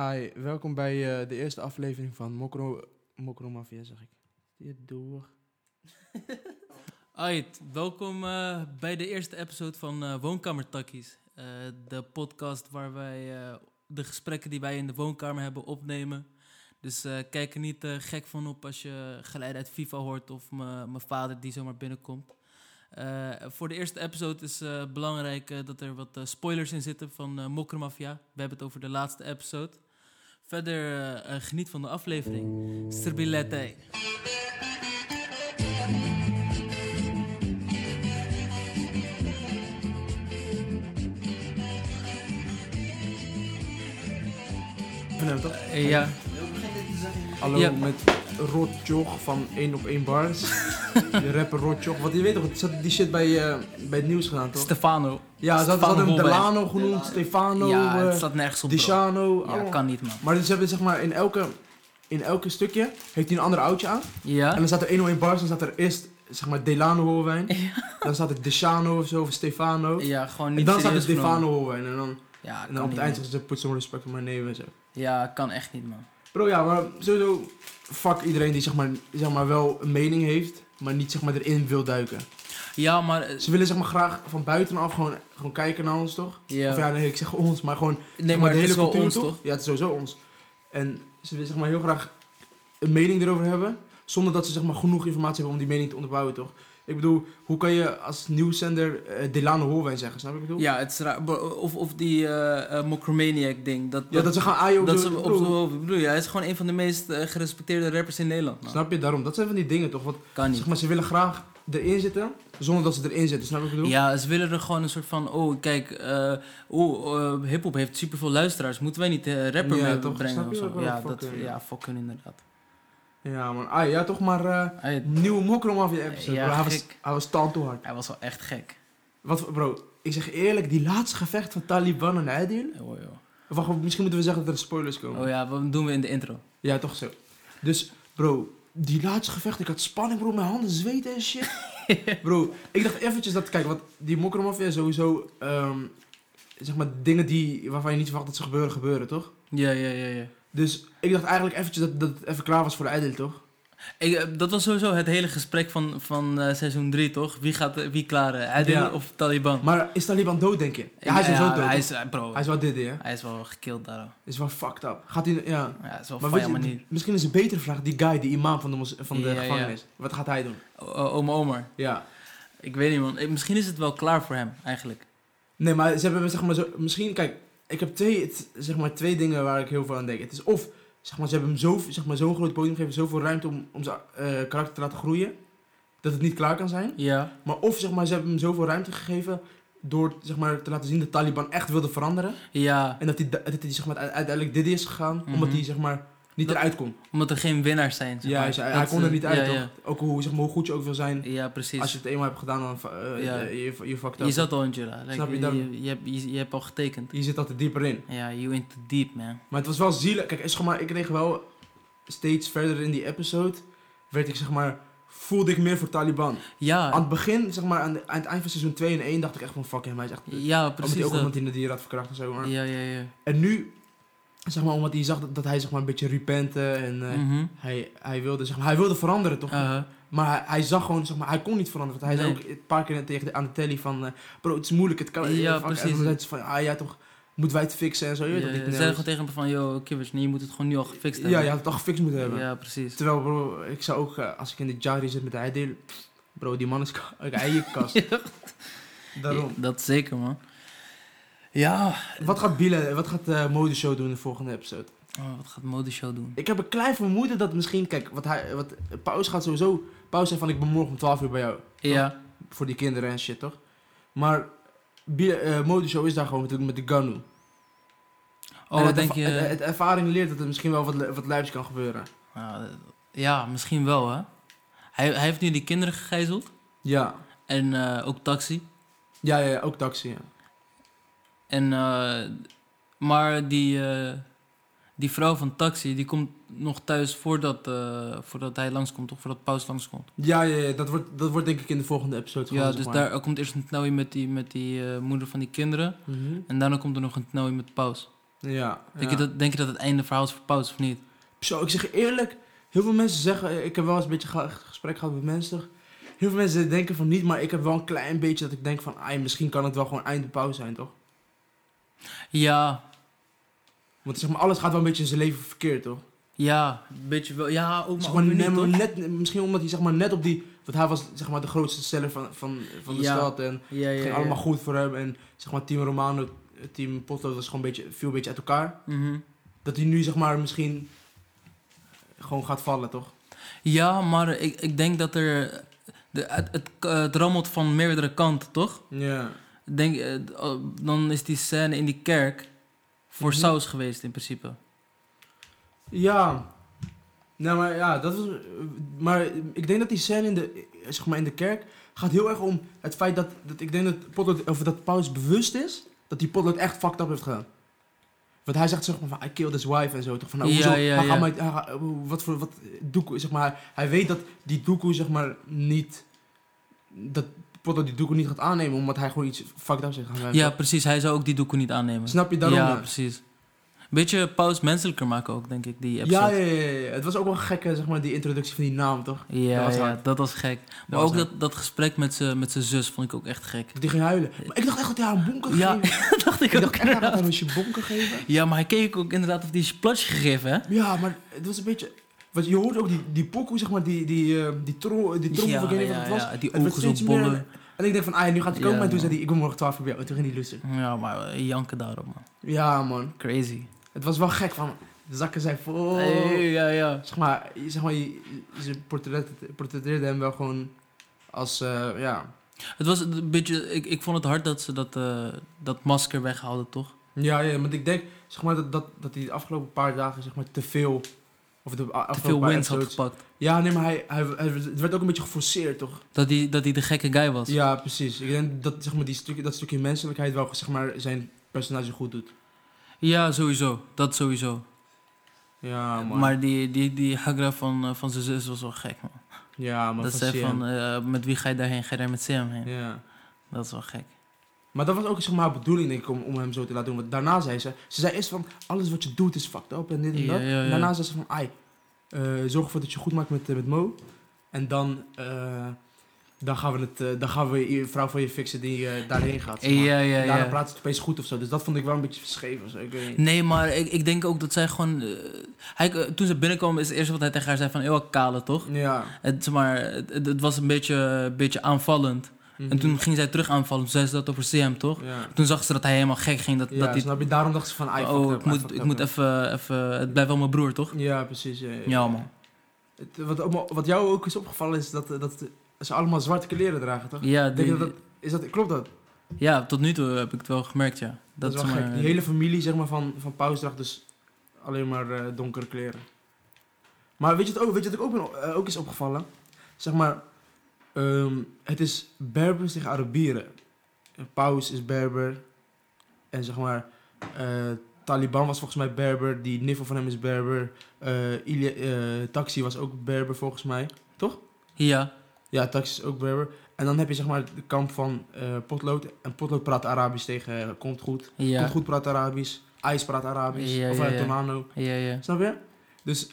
Hi, welkom bij eh, de eerste aflevering van Mokro, Mokro Mafia, zeg ik. Hier door. Alright, welkom eh, bij de eerste episode van eh Woonkamertakkies. Eh, de podcast waar wij eh, de gesprekken die wij in de woonkamer hebben opnemen. Dus eh, kijk er niet eh, gek van op als je geluid uit FIFA hoort of me- mijn vader die zomaar binnenkomt. Eh, voor de eerste episode is eh, belangrijk eh, dat er wat eh, spoilers in zitten van eh Mokromafia. We hebben het over de laatste episode. Verder eh, eh, geniet van de aflevering. Serbilete. Verneem toch? Eh, ja. Hallo, Ja. met Rotjoch van 1 op 1 bars. de rapper Rotjoch. Want je weet toch, ze hadden die shit bij, eh, bij het nieuws gedaan, toch? Stefano. ja, ze hadden- ze hadden hem Holberg. Delano genoemd, Stefano, ja, eh, het staat nergens op. bro. Diciano. Ja, allemaal. kan niet, man. Maar dus ze hebben zeg maar in elke, in elke stukje, heeft hij een ander oudje aan. En Ja? dan staat er 1 op 1 bars, dan staat er eerst zeg maar Delano Holwijn. Dan staat er Diciano of zo, of Stefano. Ja, gewoon niet En dan staat er serieus genomen. Stefano Holwijn en dan... Ja, En kan dan op niet, het eind man. zeggen ze put some respect on my name en zo. Ja, kan echt niet, man. Bro, ja, maar sowieso fuck iedereen die zeg maar, zeg maar wel een mening heeft, maar niet zeg maar erin wil duiken. Ja, maar... eh, Ze willen zeg maar graag van buitenaf gewoon, gewoon kijken naar ons, toch? ja. Of ja, nee, ik zeg ons, maar gewoon zeg nee, maar de het hele is wel cultuur, ons, toch? Ja, het is sowieso ons. En ze willen zeg maar heel graag een mening erover hebben, zonder dat ze zeg maar genoeg informatie hebben om die mening te onderbouwen, toch? Ik bedoel, hoe kan je als nieuwszender eh, Delano Holwijn zeggen, snap je wat ik bedoel? Ja, het is raar. bro, Of, of die eh Mokromaniac-ding. Dat, Ja, dat ze gaan aaien op dat de- ze op bro, op- ik bedoel, ja, hij is gewoon een van de meest eh, gerespecteerde rappers in Nederland, man. Snap je? Daarom, dat zijn van die dingen, toch? Wat Kan niet. Zeg maar, ze willen graag erin zitten, zonder dat ze erin zitten. Snap je wat ik bedoel? Ja, ze willen er gewoon een soort van, oh kijk, eh oh, eh hip-hop heeft superveel luisteraars, moeten wij niet eh, rapper Ja, mee toch, snap brengen je of ook zo? wel, Ja, fuck dat, hun. ja, fuck hun inderdaad. Ja, man. Ah, ja, toch maar eh Hij, nieuwe mokrom af je episode. Ja, bro. Hij, was, gek. hij was tand toe hard. hij was wel echt gek. Wat, voor- bro, ik zeg eerlijk, die laatste gevecht van Taliban en Aidil... Oh, joh. Of Wacht, misschien moeten we zeggen dat er spoilers komen. Oh ja, wat doen we in de intro? ja. toch zo. Dus, bro, die laatste gevecht, ik had spanning, bro. Mijn handen zweten en shit. bro, ik dacht eventjes dat... Kijk, want die mokrom af is sowieso... ehm, zeg maar, dingen die, waarvan je niet verwacht dat ze gebeuren, gebeuren, toch? Ja, ja, ja, ja. Dus ik dacht eigenlijk eventjes dat, dat het even klaar was voor de Aidil, toch? Ik, eh, dat was sowieso het hele gesprek van, van eh, seizoen 3, toch? Wie gaat eh, wie klaren? Adil Ja. of Taliban? Maar is Taliban dood, denk je? Ja, hij is ja, wel dood. Hij Hij is, eh, bro, hij is wel dit, hè? hij is wel gekild daar. Is wel fucked up. Gaat hij... Ja. Ja, het is wel Maar van weet je je, manier. misschien is een betere vraag die guy, die imam van de, mos- van de Ja, ja. gevangenis. Wat gaat hij doen? O- Oma Omar, Ja. ik weet niet man. Eh, Misschien is het wel klaar voor hem, eigenlijk. Nee, maar ze hebben me, zeg maar zo... Misschien, kijk, ik heb twee, het- zeg maar, twee dingen waar ik heel veel aan denk. Het is of, zeg maar, ze hebben hem zo, zeg maar, zo'n groot podium gegeven, zoveel ruimte om, om zijn eh, karakter te laten groeien, dat het niet klaar kan zijn. Ja. Maar of, zeg maar, ze hebben hem zoveel ruimte gegeven door, zeg maar, te laten zien dat Taliban echt wilde veranderen. Ja, En dat hij, da- dat hij zeg maar, uite- uiteindelijk dit is gegaan, omdat Mhm. hij zeg maar, niet Dat- eruit kon. omdat er geen winnaars zijn. zeg Ja, maar. hij, zei- Dat hij is, kon er eh, niet uit, ja, toch? Ook hoe, zeg maar, hoe goed je ook wil zijn, Ja, ja precies. als je het eenmaal hebt gedaan, dan va- eh, Ja. eh, je, je fucked up. je zat al in Jura. Like, Snap je je, dan? je, hebt, je, je hebt al getekend. Je zit altijd dieper in. Ja, you in too deep, man. Maar het was wel zielig. Kijk, is, zeg maar, ik kreeg wel steeds verder in die episode, werd ik zeg maar, voelde ik meer voor Taliban. Ja, Aan het begin, zeg maar, aan, de- aan het eind van seizoen 2 en 1 dacht ik echt van, fuck hem, hij is echt... ja omdat precies hij ook dat. iemand in de dier had verkracht en zo. maar- Ja, ja, ja. En nu, zeg maar, omdat hij zag dat, dat hij zeg maar, een beetje repente en eh, Mhm. Uh-huh. hij, hij, wilde, zeg maar, hij wilde veranderen, toch? Aha. Maar hij, hij zag gewoon, zeg maar, hij kon niet veranderen. Want hij Nee. zei ook een paar keer tegen de, aan de telly van... eh, bro, het is moeilijk, het kan... Ja, fuck." En precies. dan zei ze van, ah ja, toch... moeten wij het fixen en zo. Je weet Ja, toch niet Ze meer. dus? zeiden gewoon tegen me van, yo, Kibbers, nee, je moet het gewoon nu al gefixt Ja, hebben. je had het al gefixt moeten hebben. Ja, precies. Terwijl bro, ik zou ook, eh, als ik in de Jari zit met de eideel, bro, die man is ka- een eienkast. Daarom. Dat zeker, man. Ja. Wat gaat Biele, wat gaat de modeshow doen in de volgende episode? Oh, wat gaat modeshow doen? Ik heb een klein vermoeden dat misschien, kijk, wat hij, wat, Paus gaat sowieso, Paus zei van ik ben morgen om 12 uur bij jou. Ja. Voor die kinderen en shit, toch? Maar Biele, eh, modeshow is daar gewoon natuurlijk met de Ganu. Oh, En wat het denk erva- je? Het, het ervaring leert dat er misschien wel wat, le- wat lijps kan gebeuren. Nou, ja, misschien wel, hè. Hij, hij heeft nu die kinderen gegijzeld. Ja. En eh, ook taxi. Ja, ja, ja, ook taxi, ja. En, eh, maar die, eh, die vrouw van taxi, die komt nog thuis voordat, eh, voordat hij langskomt. Of voordat Paus langskomt. Ja, ja, ja, dat wordt, dat wordt denk ik in de volgende episode gewoon, Ja, zeg dus maar. daar er komt eerst een tnooi met die, met die eh, moeder van die kinderen. Mhm. En daarna komt er nog een tnooi met Paus. Ja. Denk, ja. je dat, denk je dat het einde verhaal is voor Paus of niet? Zo, ik zeg je eerlijk, heel veel mensen zeggen, ik heb wel eens een beetje ge- gesprek gehad met mensen. Heel veel mensen denken van niet, maar ik heb wel een klein beetje dat ik denk van, ai, misschien kan het wel gewoon einde pauze zijn, toch? Ja, Want zeg maar, alles gaat wel een beetje in zijn leven verkeerd, toch? Ja, een beetje wel. Ja, ook Zeg maar, maar, ook weer niet, net, hoor. net- misschien omdat hij zeg maar net op die, want hij was zeg maar de grootste seller van, van, van de Ja. stad en het Ja, ja, ging ja. allemaal goed voor hem. En zeg maar, team Romano, team Potlood was gewoon een beetje, viel een beetje uit elkaar. Mhm. Dat hij nu zeg maar misschien gewoon gaat vallen, toch? Ja, maar ik, ik denk dat er... De, het, het, het rammelt van meerdere kanten, toch? Ja. Ik Denk, eh, d- oh, dan is die scène in die kerk voor Mhm. saus geweest in principe. Ja. Nou, maar ja, dat was... eh, Maar ik denk dat die scène in de, eh, zeg maar in de kerk gaat heel erg om het feit dat, dat ik denk dat, Potlood, of dat Paulus bewust is dat die Potlood echt fucked up heeft gedaan. Want hij zegt zeg maar van, I killed his wife en zo. Toch van, nou, Ja, hoezo? ja, Hij ja. gaat mij- hij gaat- eh, wat voor, wat, Doekoe, zeg maar, hij weet dat die Doekoe, zeg maar, niet, dat Potlood die Doekoe niet gaat aannemen omdat hij gewoon iets fucked up is gaan doen. Ja, precies. Hij zou ook die doeken niet aannemen. Snap je daarom? dus. Ja, hè? precies. Beetje Paus menselijker maken ook, denk ik, die ja, episode. ja, ja, ja. Het was ook wel gek, hè, zeg maar, die introductie van die naam, toch? Ja, Dat was ja, hard. dat was gek. Maar was ook hard. dat, dat gesprek met zijn zus vond ik ook echt gek. Dat die ging huilen. Maar ik dacht echt dat hij haar een bonker Ja, gegeven. dacht Ik dacht echt dat hij haar een bonker gegeven. Ja, maar hij keek ook inderdaad of die is plasje gegeven, hè? Ja, maar het was een beetje... Want je hoort ook die, die pokoe, zeg maar, die, die, eh die trommel, die trommel, Ja, of ik weet niet wat ja, het was. ja, die Het werd ogen zo steeds meer- bollen. En ik dacht van, ah ja, nu gaat het komen. Ja, en toen zei man. hij, ik ben morgen 12 uur bij jou. En toen ging hij lusten. Ja, maar eh, janken daarop, man. Ja, man. Crazy. Het was wel gek, van de zakken zijn vol. Hey, ja, ja. Zeg maar, je- zeg maar je, je- ze portret- portretteerde hem wel gewoon als, eh, ja... Het was een beetje... Ik, ik vond het hard dat ze dat, eh, dat masker weghaalden, toch? Ja, ja, want ik denk, zeg maar, dat, dat, dat hij de afgelopen paar dagen, zeg maar, te veel... Of de Te veel wins had gepakt. gepakt. Ja, nee, maar hij, hij, hij- het werd ook een beetje geforceerd, toch? Dat hij dat die de gekke guy was. Ja, precies. Ik denk dat zeg maar, die stukje, dat stukje menselijkheid wel zeg maar, zijn personage goed doet. Ja, sowieso. Dat sowieso. Ja, Ah, man. maar die, die, die Hagra van, eh, van zijn zus was wel gek, man. ja, man. dat van zei CM. van, eh, met wie ga je daarheen? Ga je daar met Sam heen? Ja. Dat is wel gek. Maar dat was ook zeg maar, haar bedoeling, denk ik, om, om hem zo te laten doen. Want daarna zei ze... Ze zei eerst van, alles wat je doet is fucked up en dit en Ja, dat. ja, ja. En Daarna zei ze van, ai, eh, zorg ervoor dat je goed maakt met, eh, met Mo. En dan, eh, dan, gaan we het, eh, dan gaan we je vrouw voor je fixen die eh, daarheen gaat. zeg maar. Ja, ja, En daarna ja. praat ze het opeens goed of zo. Dus dat vond ik wel een beetje scheef of zo. Ik weet niet. Nee, maar ik, ik denk ook dat zij gewoon... eh, hij, eh, toen ze binnenkwam is het eerste wat hij tegen haar zei van... Eeuw, kale, toch? Ja. Het, zeg maar, het, het- het was een beetje, een beetje aanvallend. En toen ging zij terug aanvallen. Toen zei ze dat over CM, toch? Ja, Toen zag ze dat hij helemaal gek ging. Dat, ja dat hij, snap je? Daarom dacht ze van, ah, oh, ik moet, ik moet even, even... Het blijft wel mijn broer, toch? Ja, precies. Ja, ja. Ja, man. Het- wat, ook maar- wat jou ook is opgevallen is dat, eh, dat ze allemaal zwarte kleren dragen, toch? Ja, Denk je die- dat, dat- is dat, klopt dat? Dat, ja, tot nu toe heb ik het wel gemerkt, ja. Dat, eh, is wel zeg gek. maar- Die hele familie zeg maar, van, van Paus draagt dus alleen maar eh, donkere kleren. Maar weet je wat ook, weet je wat ik ook, ben, eh, ook is opgevallen? Zeg maar, ehm, het is Berbers tegen Arabieren. En Paus is Berber. En zeg maar, eh, Taliban was volgens mij Berber. Die niffel van hem is Berber. Eh, Ilia- eh, Taxi was ook Berber volgens mij. Ja, Ja, Taxi is ook Berber. En dan heb je zeg maar de kamp van eh, Potlood. En Potlood praat Arabisch tegen eh, Komt Goed. Komt ja, Goed praat Arabisch. Ice praat Arabisch. Ja, of ja, eh, ja. Tonano. ja, ja. Snap je? Dus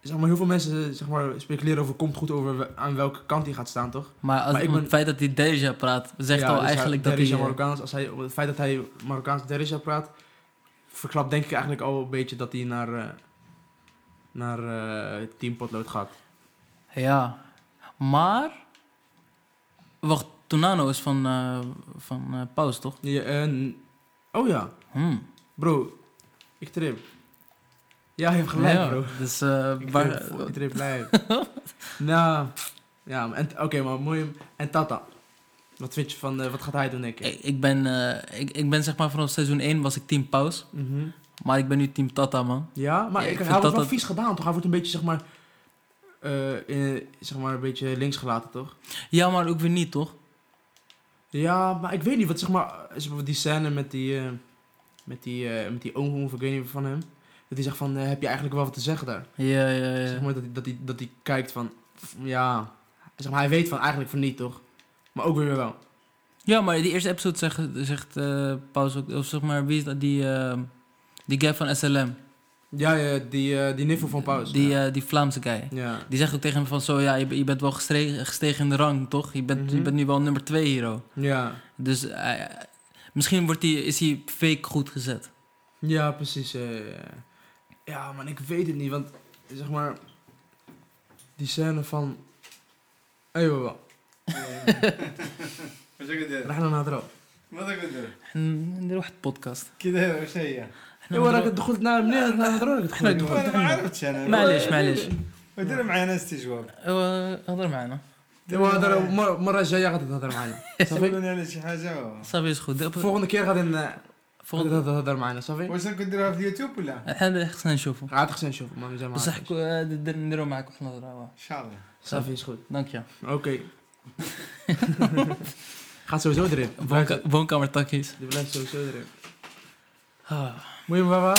zeg maar, heel veel mensen eh, zeg maar, speculeren over Komt Goed over we- aan welke kant hij gaat staan, toch? Maar, als, Maar ik om ben- het feit dat hij Deja praat, zegt Ja, al dus hij- eigenlijk dat hij... eh, Derija Marokkaans, als hij, het feit dat hij Marokkaans Derija praat, verklapt denk ik eigenlijk al een beetje dat hij naar, eh, naar eh, Team Potlood gaat. Ja, maar. Wacht, Tonano is van, eh, van eh, Paus, toch? Ja, en- oh ja, Hmm. bro. Ik trip. Ja, je hebt gelijk, Ja, bro. Dus, eh, Ik waar- trip, ik trip lijp. nou, ja, maar en- oké, maar mooi. En Tata. Wat vind je van, eh, wat gaat hij doen, denk je? ik, ik ben, eh, ik, ik ben zeg maar vanaf seizoen 1 was ik team Paus, Mhm. maar ik ben nu team Tata, man. Ja, maar Ja, ik ik, vind hij dat wordt wel dat- vies gedaan, toch? Hij wordt een beetje, zeg maar, eh, eh, zeg maar een beetje links gelaten, toch? Ja, maar ook weer niet, toch? Ja, maar ik weet niet, wat zeg maar, eh, zeg maar die scène met die, eh, met die, eh, met die oom, of ik weet niet van hem, dat hij zegt van, eh, heb je eigenlijk wel wat te zeggen daar? Ja, ja, Zeg ja. maar dat hij, dat hij, dat hij kijkt van, pff, ja, zeg maar, hij weet van eigenlijk van niet, toch? Maar ook weer wel. Ja, maar die eerste episode zegt, zegt eh, Paus ook, of zeg maar, wie is dat? Die, eh, die guy van SLM. Ja, ja die, eh, die niffel van Paus. Die, ja. eh, die Vlaamse guy. ja. Die zegt ook tegen hem van zo, ja, je, be- je bent wel gestegen, gestegen in de rang, toch? Je bent, je Mhm. bent nu wel nummer 2 hier, oh. Ja, Dus eh, misschien wordt die, is hij fake goed gezet. Ja, precies. eh, ja, man, ik weet het niet, want zeg maar. Die scène van. Hé, hey, wat? مش قادر راح نهضروا ما قادر نروح البودكاست كذا شيء ايوا راك دخلت نعم منين نهضروا راك دخلت انا ما عرفتش انا معليش معليش ودير معنا استجواب هو هضر معنا ايوا هضر مر- المره الجايه غادي تهضر معنا eh, صافي سولوني على شي حاجه و- صافي شكون فوغنا كي غادي ن- غادي فوق تهضر معنا صافي واش راك ديرها في اليوتيوب ولا ان هذا خصنا نشوفه عاد خصنا نشوف ما مازال ما بصح عرفتش. نديرو معك واحد الهضره شاء الله صافي شكون دونك يا اوكي خاصو زو دريب بلاش- بون كامر تاكيز بلاش سو سو دريب المهم بابا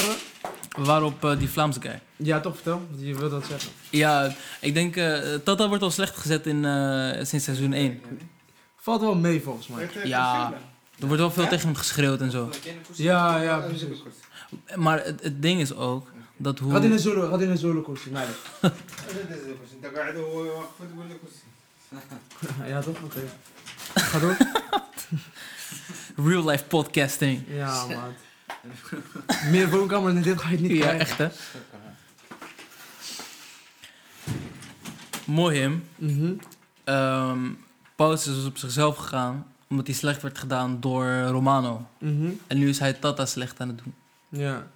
Waarop eh, die Vlaams guy. Ja, toch vertel. want Je wilt wat zeggen. Ja, ik denk eh, Tata wordt al slecht gezet in, eh, sinds seizoen 1. Valt wel mee volgens mij. Ja. Er wordt wel veel tegen hem geschreeuwd en zo. Ja, ja, precies. Maar het, het ding is ook dat hoe. Gaat in een solo, gaat in een solo koersie, meiden. انت قاعد وهو واقف تقول لك كرسي Ja, toch? Oké. Ga door. Real life podcasting. Ja, man. Meer woonkamer dan dit ga je het niet Ja, krijgen. echt hè? Mooi hem. Mhm. Ehm Paus is dus op zichzelf gegaan omdat hij slecht werd gedaan door Romano. Mhm. En nu is hij Tata slecht aan het doen. Ja.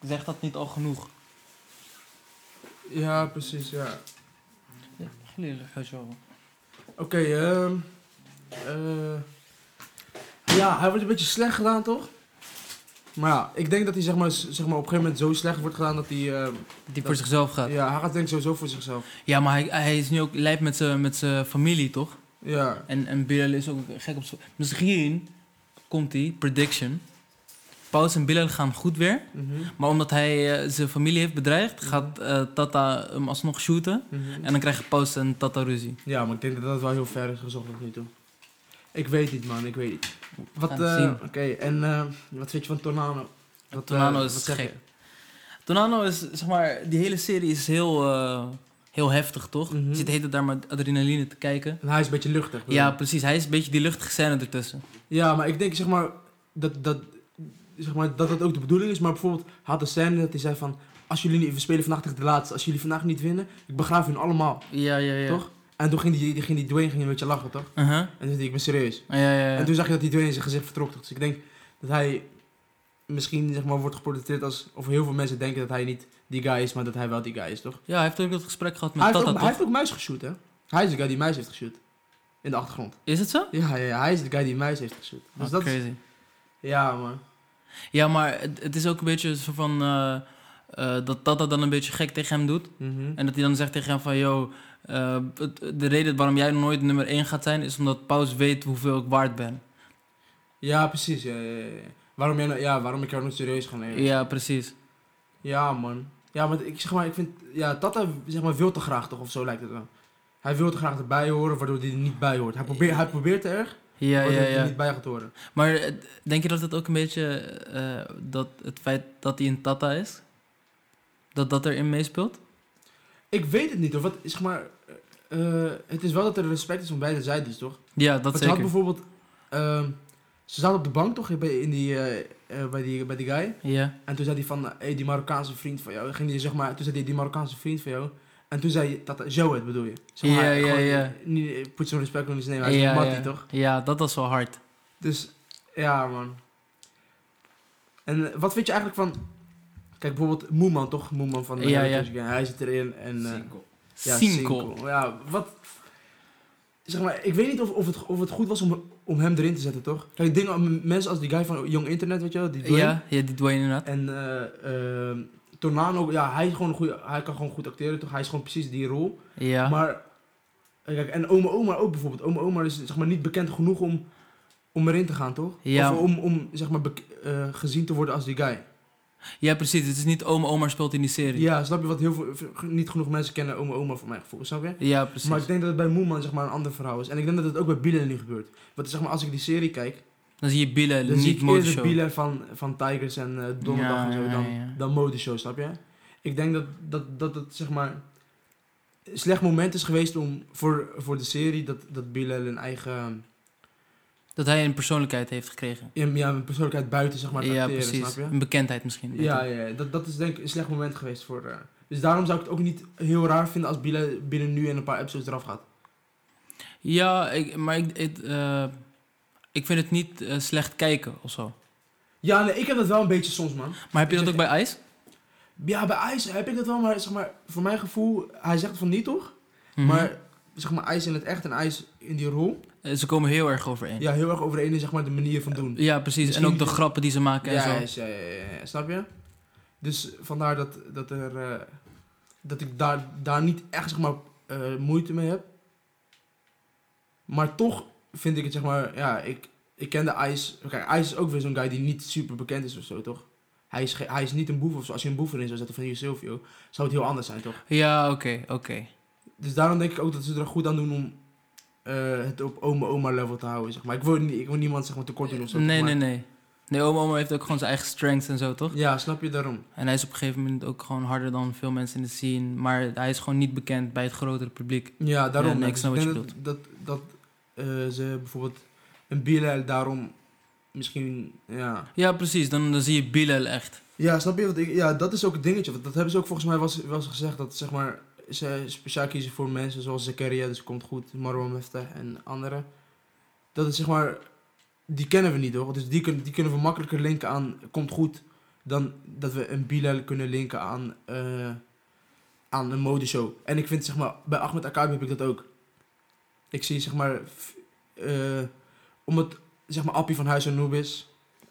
Zegt dat niet al genoeg? Ja, precies, ja. Geleerd, Oké, ehm... eh, ja, hij wordt een beetje slecht gedaan, toch? Maar ja, ik denk dat hij zeg maar, s- zeg maar, op een gegeven moment zo slecht wordt gedaan dat hij... ehm, Die voor Dat- zichzelf gaat. ja, hij gaat denk ik sowieso voor zichzelf. Ja, maar hij, hij is nu ook lijp met zijn met zijn familie, toch? Ja. En, en Bilal is ook gek op zo. Misschien komt hij, prediction. Paus en Bilal gaan goed weer. Mhm. Maar omdat hij eh, zijn familie heeft bedreigd, gaat eh, Tata hem alsnog shooten. Mhm. En dan krijgen Paus en Tata ruzie. Ja, maar ik denk dat dat wel heel ver is gezocht tot nu toe. Ik weet niet, man, ik weet niet. Wat, gaan het eh, zien. oké, en eh, wat vind je van Tornado? Wat, Tornado eh, is wat zeg gek. je? Tornado is, zeg maar, die hele serie is heel, eh, heel heftig, toch? Mhm. Je zit de hele tijd daar met adrenaline te kijken. En hij is een beetje luchtig. bedoel Ja, ik. precies. Hij is een beetje die luchtige scène ertussen. ja, maar ik denk zeg maar dat, dat, zeg maar dat dat ook de bedoeling is. Maar bijvoorbeeld, hij had een scène dat hij zei van... Als jullie niet, we spelen vandaag tegen de laatste. Als jullie vandaag niet winnen, ik begraaf hun allemaal. Ja, ja, ja. Toch? En toen ging die, die, ging die Dwayne ging een beetje lachen, toch? Uh-huh. En toen zei hij, ik ben serieus. Ja, ja, ja. En toen zag je dat die twee in zijn gezicht vertrok. toch? Dus ik denk dat hij misschien zeg maar, wordt geportretteerd als... Of heel veel mensen denken dat hij niet die guy is, maar dat hij wel die guy is, toch? ja, hij heeft ook dat gesprek gehad met Hij heeft, Tata, ook, hij toch? heeft ook muis geshoot, hè? Hij is de guy die muis heeft geshoot. In de achtergrond. Is het zo? Ja, ja, ja, hij is de guy die muis heeft geshoot. Dus Ah, dat is... crazy. Ja, man. Ja, maar het, het is ook een beetje zo van... eh, eh, dat Tata dan een beetje gek tegen hem doet. Mhm. En dat hij dan zegt tegen hem van... Yo, eh, het- de reden waarom jij nooit nummer 1 gaat zijn... is omdat Paus weet hoeveel ik waard ben. Ja, precies. Ja, ja, ja. Waarom, jij nou- ja, waarom ik jou niet serieus ga nemen. Ja, precies. Ja, man. Ja, maar ik zeg maar, ik vind... Ja, Tata zeg maar, wil te graag, toch? Of zo lijkt het wel. Hij wil te graag erbij horen, waardoor hij er niet bij hoort. Hij probeert, hij probeert te erg, Ja, waardoor ja, hij er ja. niet bij gaat horen. Maar eh, denk je dat het ook een beetje... eh, dat het feit dat hij een Tata is... Dat dat erin meespeelt? Ik weet het niet, of wat zeg maar. eh, eh, het is wel dat er respect is van beide zijdes, toch? Ja, dat Want ze had zeker. bijvoorbeeld. ehm, ze zaten op de bank toch bij- in die, eh, eh, bij, die, bij die guy. Ja. En toen zei hij van, hey, die Marokkaanse vriend van jou. Ging die, zeg maar, toen zei hij, die Marokkaanse vriend van jou. En toen zei je, dat zo het bedoel je. Zeg maar, Ja, ja, gewoon, ja. eh, Niet, put some respect on his name, hij is Matty, ja. toch? Ja, dat was wel hard. Dus, ja man. En eh, wat vind je eigenlijk van... Kijk, bijvoorbeeld Moeman, toch? Moeman van de Ja, ja. Heritage Gang. Hij zit erin en... eh, Cinco. ja, Cinco. Cinco. Ja, wat... Zeg maar, ik weet niet of, of, het, of het goed was om, om hem erin te zetten, toch? Kijk, dingen, m- mensen als die guy van Jong Internet, weet je wel, die Dwayne. Ja, ja, die Dwayne inderdaad. En eh, eh, Tornano, ja, hij, is gewoon een goeie, hij kan gewoon goed acteren, toch? Hij is gewoon precies die rol. Ja. Maar, eh, kijk, en Oma Oma ook bijvoorbeeld. Oma Oma is zeg maar niet bekend genoeg om, om erin te gaan, toch? Ja. Of om, om zeg maar bek- eh, gezien te worden als die guy. ja, precies. Het is niet oma Omar speelt in die serie. Ja, snap je wat heel veel, niet genoeg mensen kennen Oma Oma voor mijn gevoel, snap je? Ja, precies. Maar ik denk dat het bij Moeman zeg maar een ander verhaal is. En ik denk dat het ook bij Bielen nu gebeurt. Want zeg maar, als ik die serie kijk, Dan zie je billen, dan zie Eh, niet ik eerder modeshow. Bielen van, van Tigers en eh, Donderdag Ja, en zo ja, dan, ja. dan modeshow, snap je? Ik denk dat, dat, dat het zeg maar een slecht moment is geweest om voor, voor de serie dat, dat Bielen een eigen Dat hij een persoonlijkheid heeft gekregen. ja, een persoonlijkheid buiten zeg maar het ja, acteren, precies. Mm, snap je? Een bekendheid misschien. Ja, ja ja. dat, dat is denk ik een slecht moment geweest voor... eh, dus daarom zou ik het ook niet heel raar vinden als Bielen binnen nu en een paar episodes eraf gaat. Ja, ik, maar ik, het, eh, ik vind het niet eh, slecht kijken of zo. Ja, nee, ik heb dat wel een beetje soms, man. Maar heb je Ik dat ook bij ICE? Ja, bij IJs heb ik dat wel, maar zeg maar, voor mijn gevoel, hij zegt van niet toch? Mhm. Maar zeg maar, IJs in het echt en IJs in die rol, Eh, ze komen heel erg overeen. Ja, ja, heel erg overeen in zeg maar de manier van doen. precies. Misschien- En ook de grappen die ze maken en ja, zo. IJs, ja, ja, ja, ja, snap je? Dus vandaar dat, dat, er, eh, dat ik daar, daar niet echt zeg maar, eh, moeite mee heb. Maar toch vind ik het zeg maar, ja, ik, ik ken de IJs. Kijk, IJs is ook weer zo'n guy die niet super bekend is of zo, toch? Hij is, ge- hij is niet een boef of zo. Als je een boef erin zou zetten van hier Silvio, zou het heel anders zijn, toch? Ja, oké, oké. Dus daarom denk ik ook dat ze er goed aan doen om eh, het op oma-oma-level te houden. Zeg maar. ik, wil niet, ik wil niemand zeg maar, tekort doen of zo. Nee, maar- nee, nee. Nee, oma, oma heeft ook gewoon zijn eigen strengths en zo, toch? Ja, snap je daarom? En hij is op een gegeven moment ook gewoon harder dan veel mensen in de scene. Maar hij is gewoon niet bekend bij het grotere publiek. Ja, daarom. Ja, nee, ik Dus snap wat je denk dat, dat, dat eh, ze bijvoorbeeld een Bilal daarom misschien. Ja. Ja, precies. Dan, dan zie je Bilal echt. ja, snap je? Want ik, ja, dat is ook het dingetje. Want dat hebben ze ook volgens mij wel eens- wel eens gezegd. Dat zeg maar, ze speciaal kiezen voor mensen zoals Zakaria, dus komt goed, Marwan Meftah en anderen. Dat is zeg maar. Die kennen we niet hoor. Dus die, kun, die kunnen we makkelijker linken aan komt goed. Dan dat we een Bilal kunnen linken aan, eh, aan een modeshow. En ik vind zeg maar, bij Ahmed Akabi heb ik dat ook. Ik zie zeg maar. f- eh, omdat zeg maar Appie van Huis en Noobis.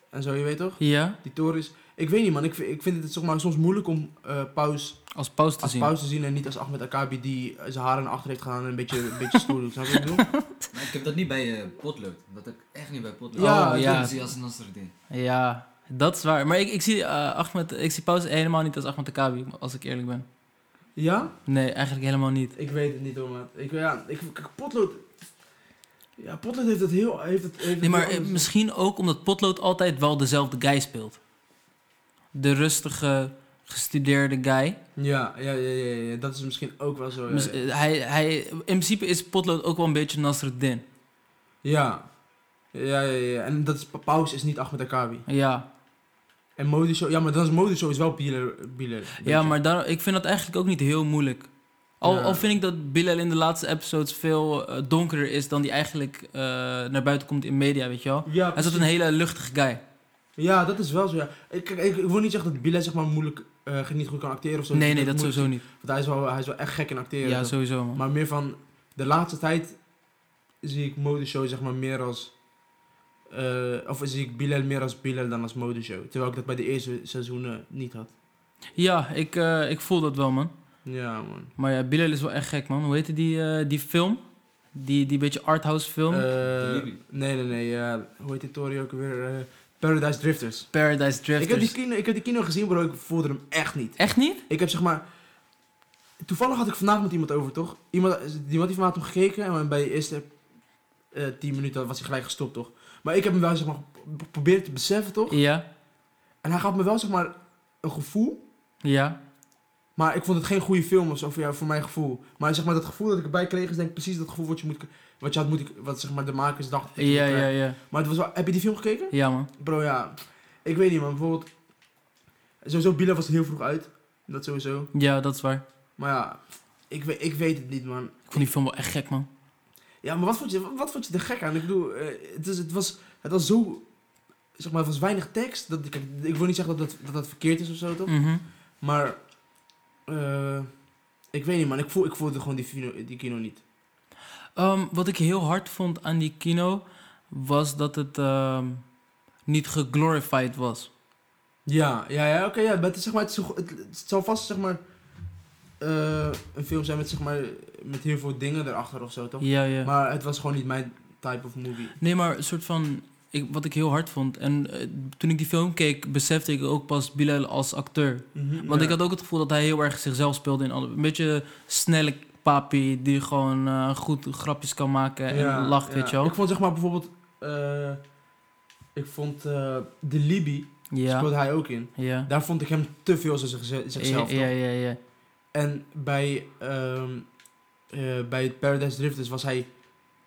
En zo, je weet toch? Ja, die torens. Ik weet niet, man. Ik, vind- ik vind het zeg maar, soms moeilijk om eh Paus als paus te als zien. Paus te zien en niet als Ahmed Akabi die eh, zijn haren naar achter heeft gedaan en een beetje, een beetje stoer doet. Snap je wat ik bedoel? Maar ik heb dat niet bij eh potlood. Dat heb ik echt niet bij potlood. Ja, Oh, ja. Dat zie je als een Nasruddin. Ja, dat is waar. Maar ik, ik, zie, eh, Ahmed, ik zie Paus helemaal niet als Ahmed Akabi, als ik eerlijk ben. Ja? Nee, eigenlijk helemaal niet. Ik weet het niet hoor, man. Ik, ja, ik, kijk, potlood... Ja, potlood heeft het heel... Heeft het, heeft het Nee, maar heel eh, anders. misschien ook omdat Potlood altijd wel dezelfde guy speelt. De rustige, gestudeerde guy. Ja, ja, ja, ja, ja, ja, Dat is misschien ook wel zo. Oh, ja, Mis- ja. eh, hij, hij, in principe is Potlood ook wel een beetje Nasruddin. Ja. Ja, ja, ja. En dat is, Paus is niet Ahmed Akabi. Ja, En Modeshow... Ja, maar dan is Modeshow is wel Bieler. Bieler ja maar daar, ik vind dat eigenlijk ook niet heel moeilijk. Al, Ja. al vind ik dat Bilal in de laatste episodes veel eh, donkerder is dan die eigenlijk eh, naar buiten komt in media, weet je wel. Ja, Hij is precies. altijd een hele luchtige guy. Ja, dat is wel zo, ja. Ik, kijk, ik, ik wil niet zeggen dat Bilal zeg maar moeilijk, eh, niet goed kan acteren of zo. Nee, nee, dat moet- sowieso niet. Want hij is wel, hij is wel echt gek in acteren. Ja, toch? sowieso, man. Maar meer van, de laatste tijd zie ik modeshow zeg maar meer als, eh, of zie ik Bilal meer als Bilal dan als modeshow. Terwijl ik dat bij de eerste seizoenen niet had. Ja, ik, eh, ik voel dat wel, man. Ja, man. Maar ja, Bilal is wel echt gek, man. Hoe heette die, eh, die film? Die, die beetje arthouse film? Eh, Libby. nee, nee, nee. ja hoe heet die Tory ook weer? Eh, Paradise Drifters. Paradise Drifters. Ik heb, die kino, ik heb die kino gezien, bro. Ik voelde hem echt niet. Echt niet? Ik heb zeg maar. Toevallig had ik vandaag met iemand over, toch? Iemand, iemand heeft van hem gekeken en bij de eerste eh 10 minuten was hij gelijk gestopt, toch? Maar ik heb hem wel zeg maar geprobeerd te beseffen, toch? Ja, En hij gaf me wel zeg maar een gevoel, ja. maar ik vond het geen goede film of zo voor, jou, voor mijn gevoel. Maar zeg maar dat gevoel dat ik erbij kreeg is denk ik precies dat gevoel wat je, moet, wat je had moeten, wat zeg maar de makers dachten. dat je Ja, moet ja, krijgen. ja. Maar het was wel, heb je die film gekeken? Ja, man. Bro, ja. Ik weet niet, man. Bijvoorbeeld... Sowieso, Bila was heel vroeg uit. Dat sowieso. Ja, dat is waar. Maar ja, ik, we- ik weet het niet, man. Ik vond die film wel echt gek, man. Ja, maar wat vond je, wat vond je er gek aan? Ik bedoel, eh, het, is, het, was, het was zo... Zeg maar, het was weinig tekst. Dat, kijk, ik wil niet zeggen dat dat, dat, dat verkeerd is of zo, toch? Mhm. Maar... eh, ik weet niet, man. Ik, voel, ik voelde gewoon die, fino- die kino niet. Ehm, wat ik heel hard vond aan die kino was dat het ehm, niet geglorified was. Ja, ja, ja, oké, ja. Maar het, is, zeg maar, het, is zo- het, het zal vast, zeg maar... eh, een film zijn met, zeg maar, met heel veel dingen erachter of zo, toch? Ja, ja. Maar het was gewoon niet mijn type of movie. Nee, maar een soort van. Ik, wat ik heel hard vond. En eh, toen ik die film keek, besefte ik ook pas Bilal als acteur. Mhm. Want ik had ook het gevoel dat hij heel erg zichzelf speelde. In alle, een beetje snelle papi die gewoon eh, goed grapjes kan maken eh, en Ja, lacht, ja. weet je wel. Ik vond zeg maar bijvoorbeeld... eh, ik vond eh, De Libi, Ja, speelde hij ook in. ja. Daar vond ik hem te veel zoals zich- Ja, zichzelf. ja, toch? ja, ja. En bij, ehm eh, bij Paradise Drifters was hij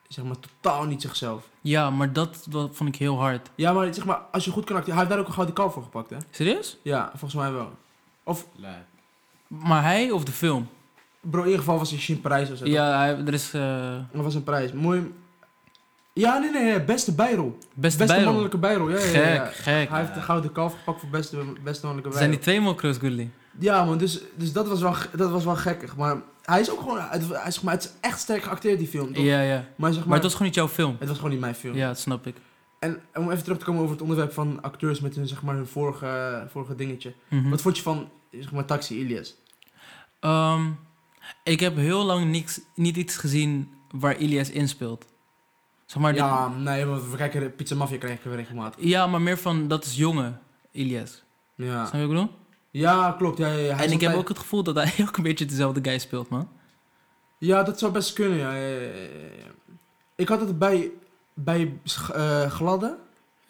zeg maar totaal niet zichzelf. Ja, maar dat, dat vond ik heel hard. Ja, maar zeg maar, als je goed kan acteren... Hij heeft daar ook een gouden kalf voor gepakt, hè? Serieus? Ja, volgens mij wel. Lijp. Maar hij of de film? Bro, in ieder geval was hij in Parijs of zo. toch? Ja, hij, er is eh Dat was een prijs. Mooi... Ja, nee, nee, nee, beste bijrol. best Beste bij. mannelijke bijrol, ja, ja, ja. ja. Gek, gek. Hij heeft de gouden kalf gepakt voor beste, beste mannelijke bijrol. Zijn die twee mokro's, Gully? Ja, man, dus, dus dat, was wel, ge- dat was wel gekkig. Maar hij is ook gewoon... Het, hij, zeg maar, het is echt sterk geacteerd, die film. toch? Ja, ja. Maar, zeg maar, Maar het was gewoon niet jouw film. het was gewoon niet mijn film. Ja, dat snap ik. En om even terug te komen over het onderwerp van acteurs met hun, zeg maar, hun vorige, vorige dingetje. Mhm. Wat vond je van, zeg maar, Taxi Ilias? Ehm, ik heb heel lang niks, niet iets gezien waar Ilias in speelt. Zeg maar, ja, dit- nee, want we kijken de Pizza Mafia krijgen we regelmatig. ja, maar meer van dat is jonge Ilias. Ja, Snap je wat ik bedoel? ja klopt. Ja, ja, ja. Ah. Hij zat en ik heb bij- ook het gevoel dat hij ook een beetje dezelfde guy speelt, man. Ja, dat zou best kunnen, ja. ja, ja, ja, ja. Ik had het bij, bij Sch- eh, Gladde.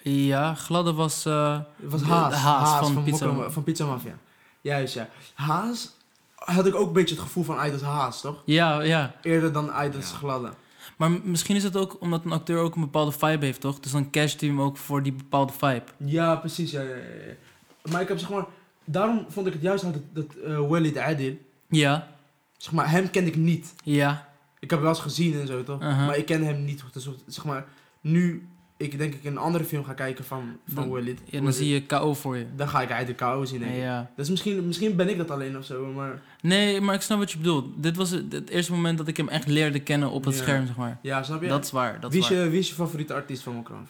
Ja, Gladde was. eh, Het was De- Haas. de Haas van Pizza- Mokko- van Pizza Mafia. Juist, ja. Haas had ik ook een beetje het gevoel van Aidas Haas, toch? ja, ja. Eerder dan Aidas Ja. Gladde. Maar m- misschien is het ook omdat een acteur ook een bepaalde vibe heeft, toch? Dus dan casht hij hem ook voor die bepaalde vibe. Ja, precies. Ja, ja, ja. ja. Maar ik heb zeg maar... Daarom vond ik het juist hard dat, dat eh, Walid Adil... Ja, Zeg maar, hem kende ik niet. ja. Uh-huh. Ik heb hem wel eens gezien en zo, toch? Aha. Maar ik ken hem niet goed. Dus zeg maar, nu ik denk ik een andere film ga kijken van, van Dan- Walid... ja dan zie je KO voor je. Dan ga ik Aidas K.O. zien, denk ik. Ja. Dus misschien, misschien ben ik dat alleen of zo, maar... Nee, maar ik snap wat je bedoelt. Dit was het, het eerste moment dat ik hem echt leerde kennen op het Ja. scherm, zeg maar. Ja, snap je? Dat is waar, dat wie, is is waar. je, wie is je favoriete artiest van Mokran?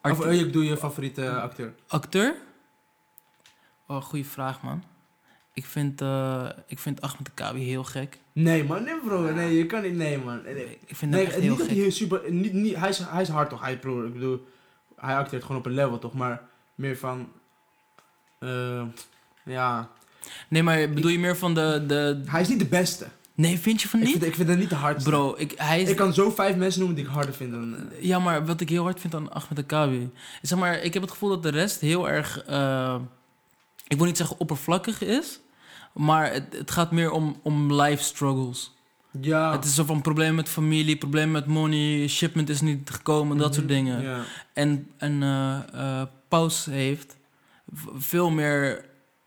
Art- Of eh, ik doe je favoriete acteur. acteur? Oh, goede vraag, man. Ik vind, eh, ik vind Ahmed Kabi heel gek. Nee man, nee bro, nee, je kan niet, nee man. Nee, nee. Ik vind hem Nee, echt niet heel dat gek. hij heel super, niet, niet, hij, is, hij is hard toch, hij bro, ik bedoel, hij acteert gewoon op een level toch, maar meer van, eh, ja, Nee, maar bedoel je meer van de... de... hij is niet de beste. Nee, vind je van Ik niet? vind, ik vind hem niet de hardste. Bro, ik, hij is... Ik kan zo vijf mensen noemen die ik harder vind dan... eh, Ja, maar wat ik heel hard vind aan Ahmed Kabi... Zeg maar, ik heb het gevoel dat de rest heel erg... eh, ik wil niet zeggen oppervlakkig is... Maar het, het gaat meer om, om life struggles. ja. Het is zo van probleem met familie, probleem met money, shipment is niet gekomen, dat soort Mhm, dingen. Ja. En, en eh, eh, Paus heeft v- veel meer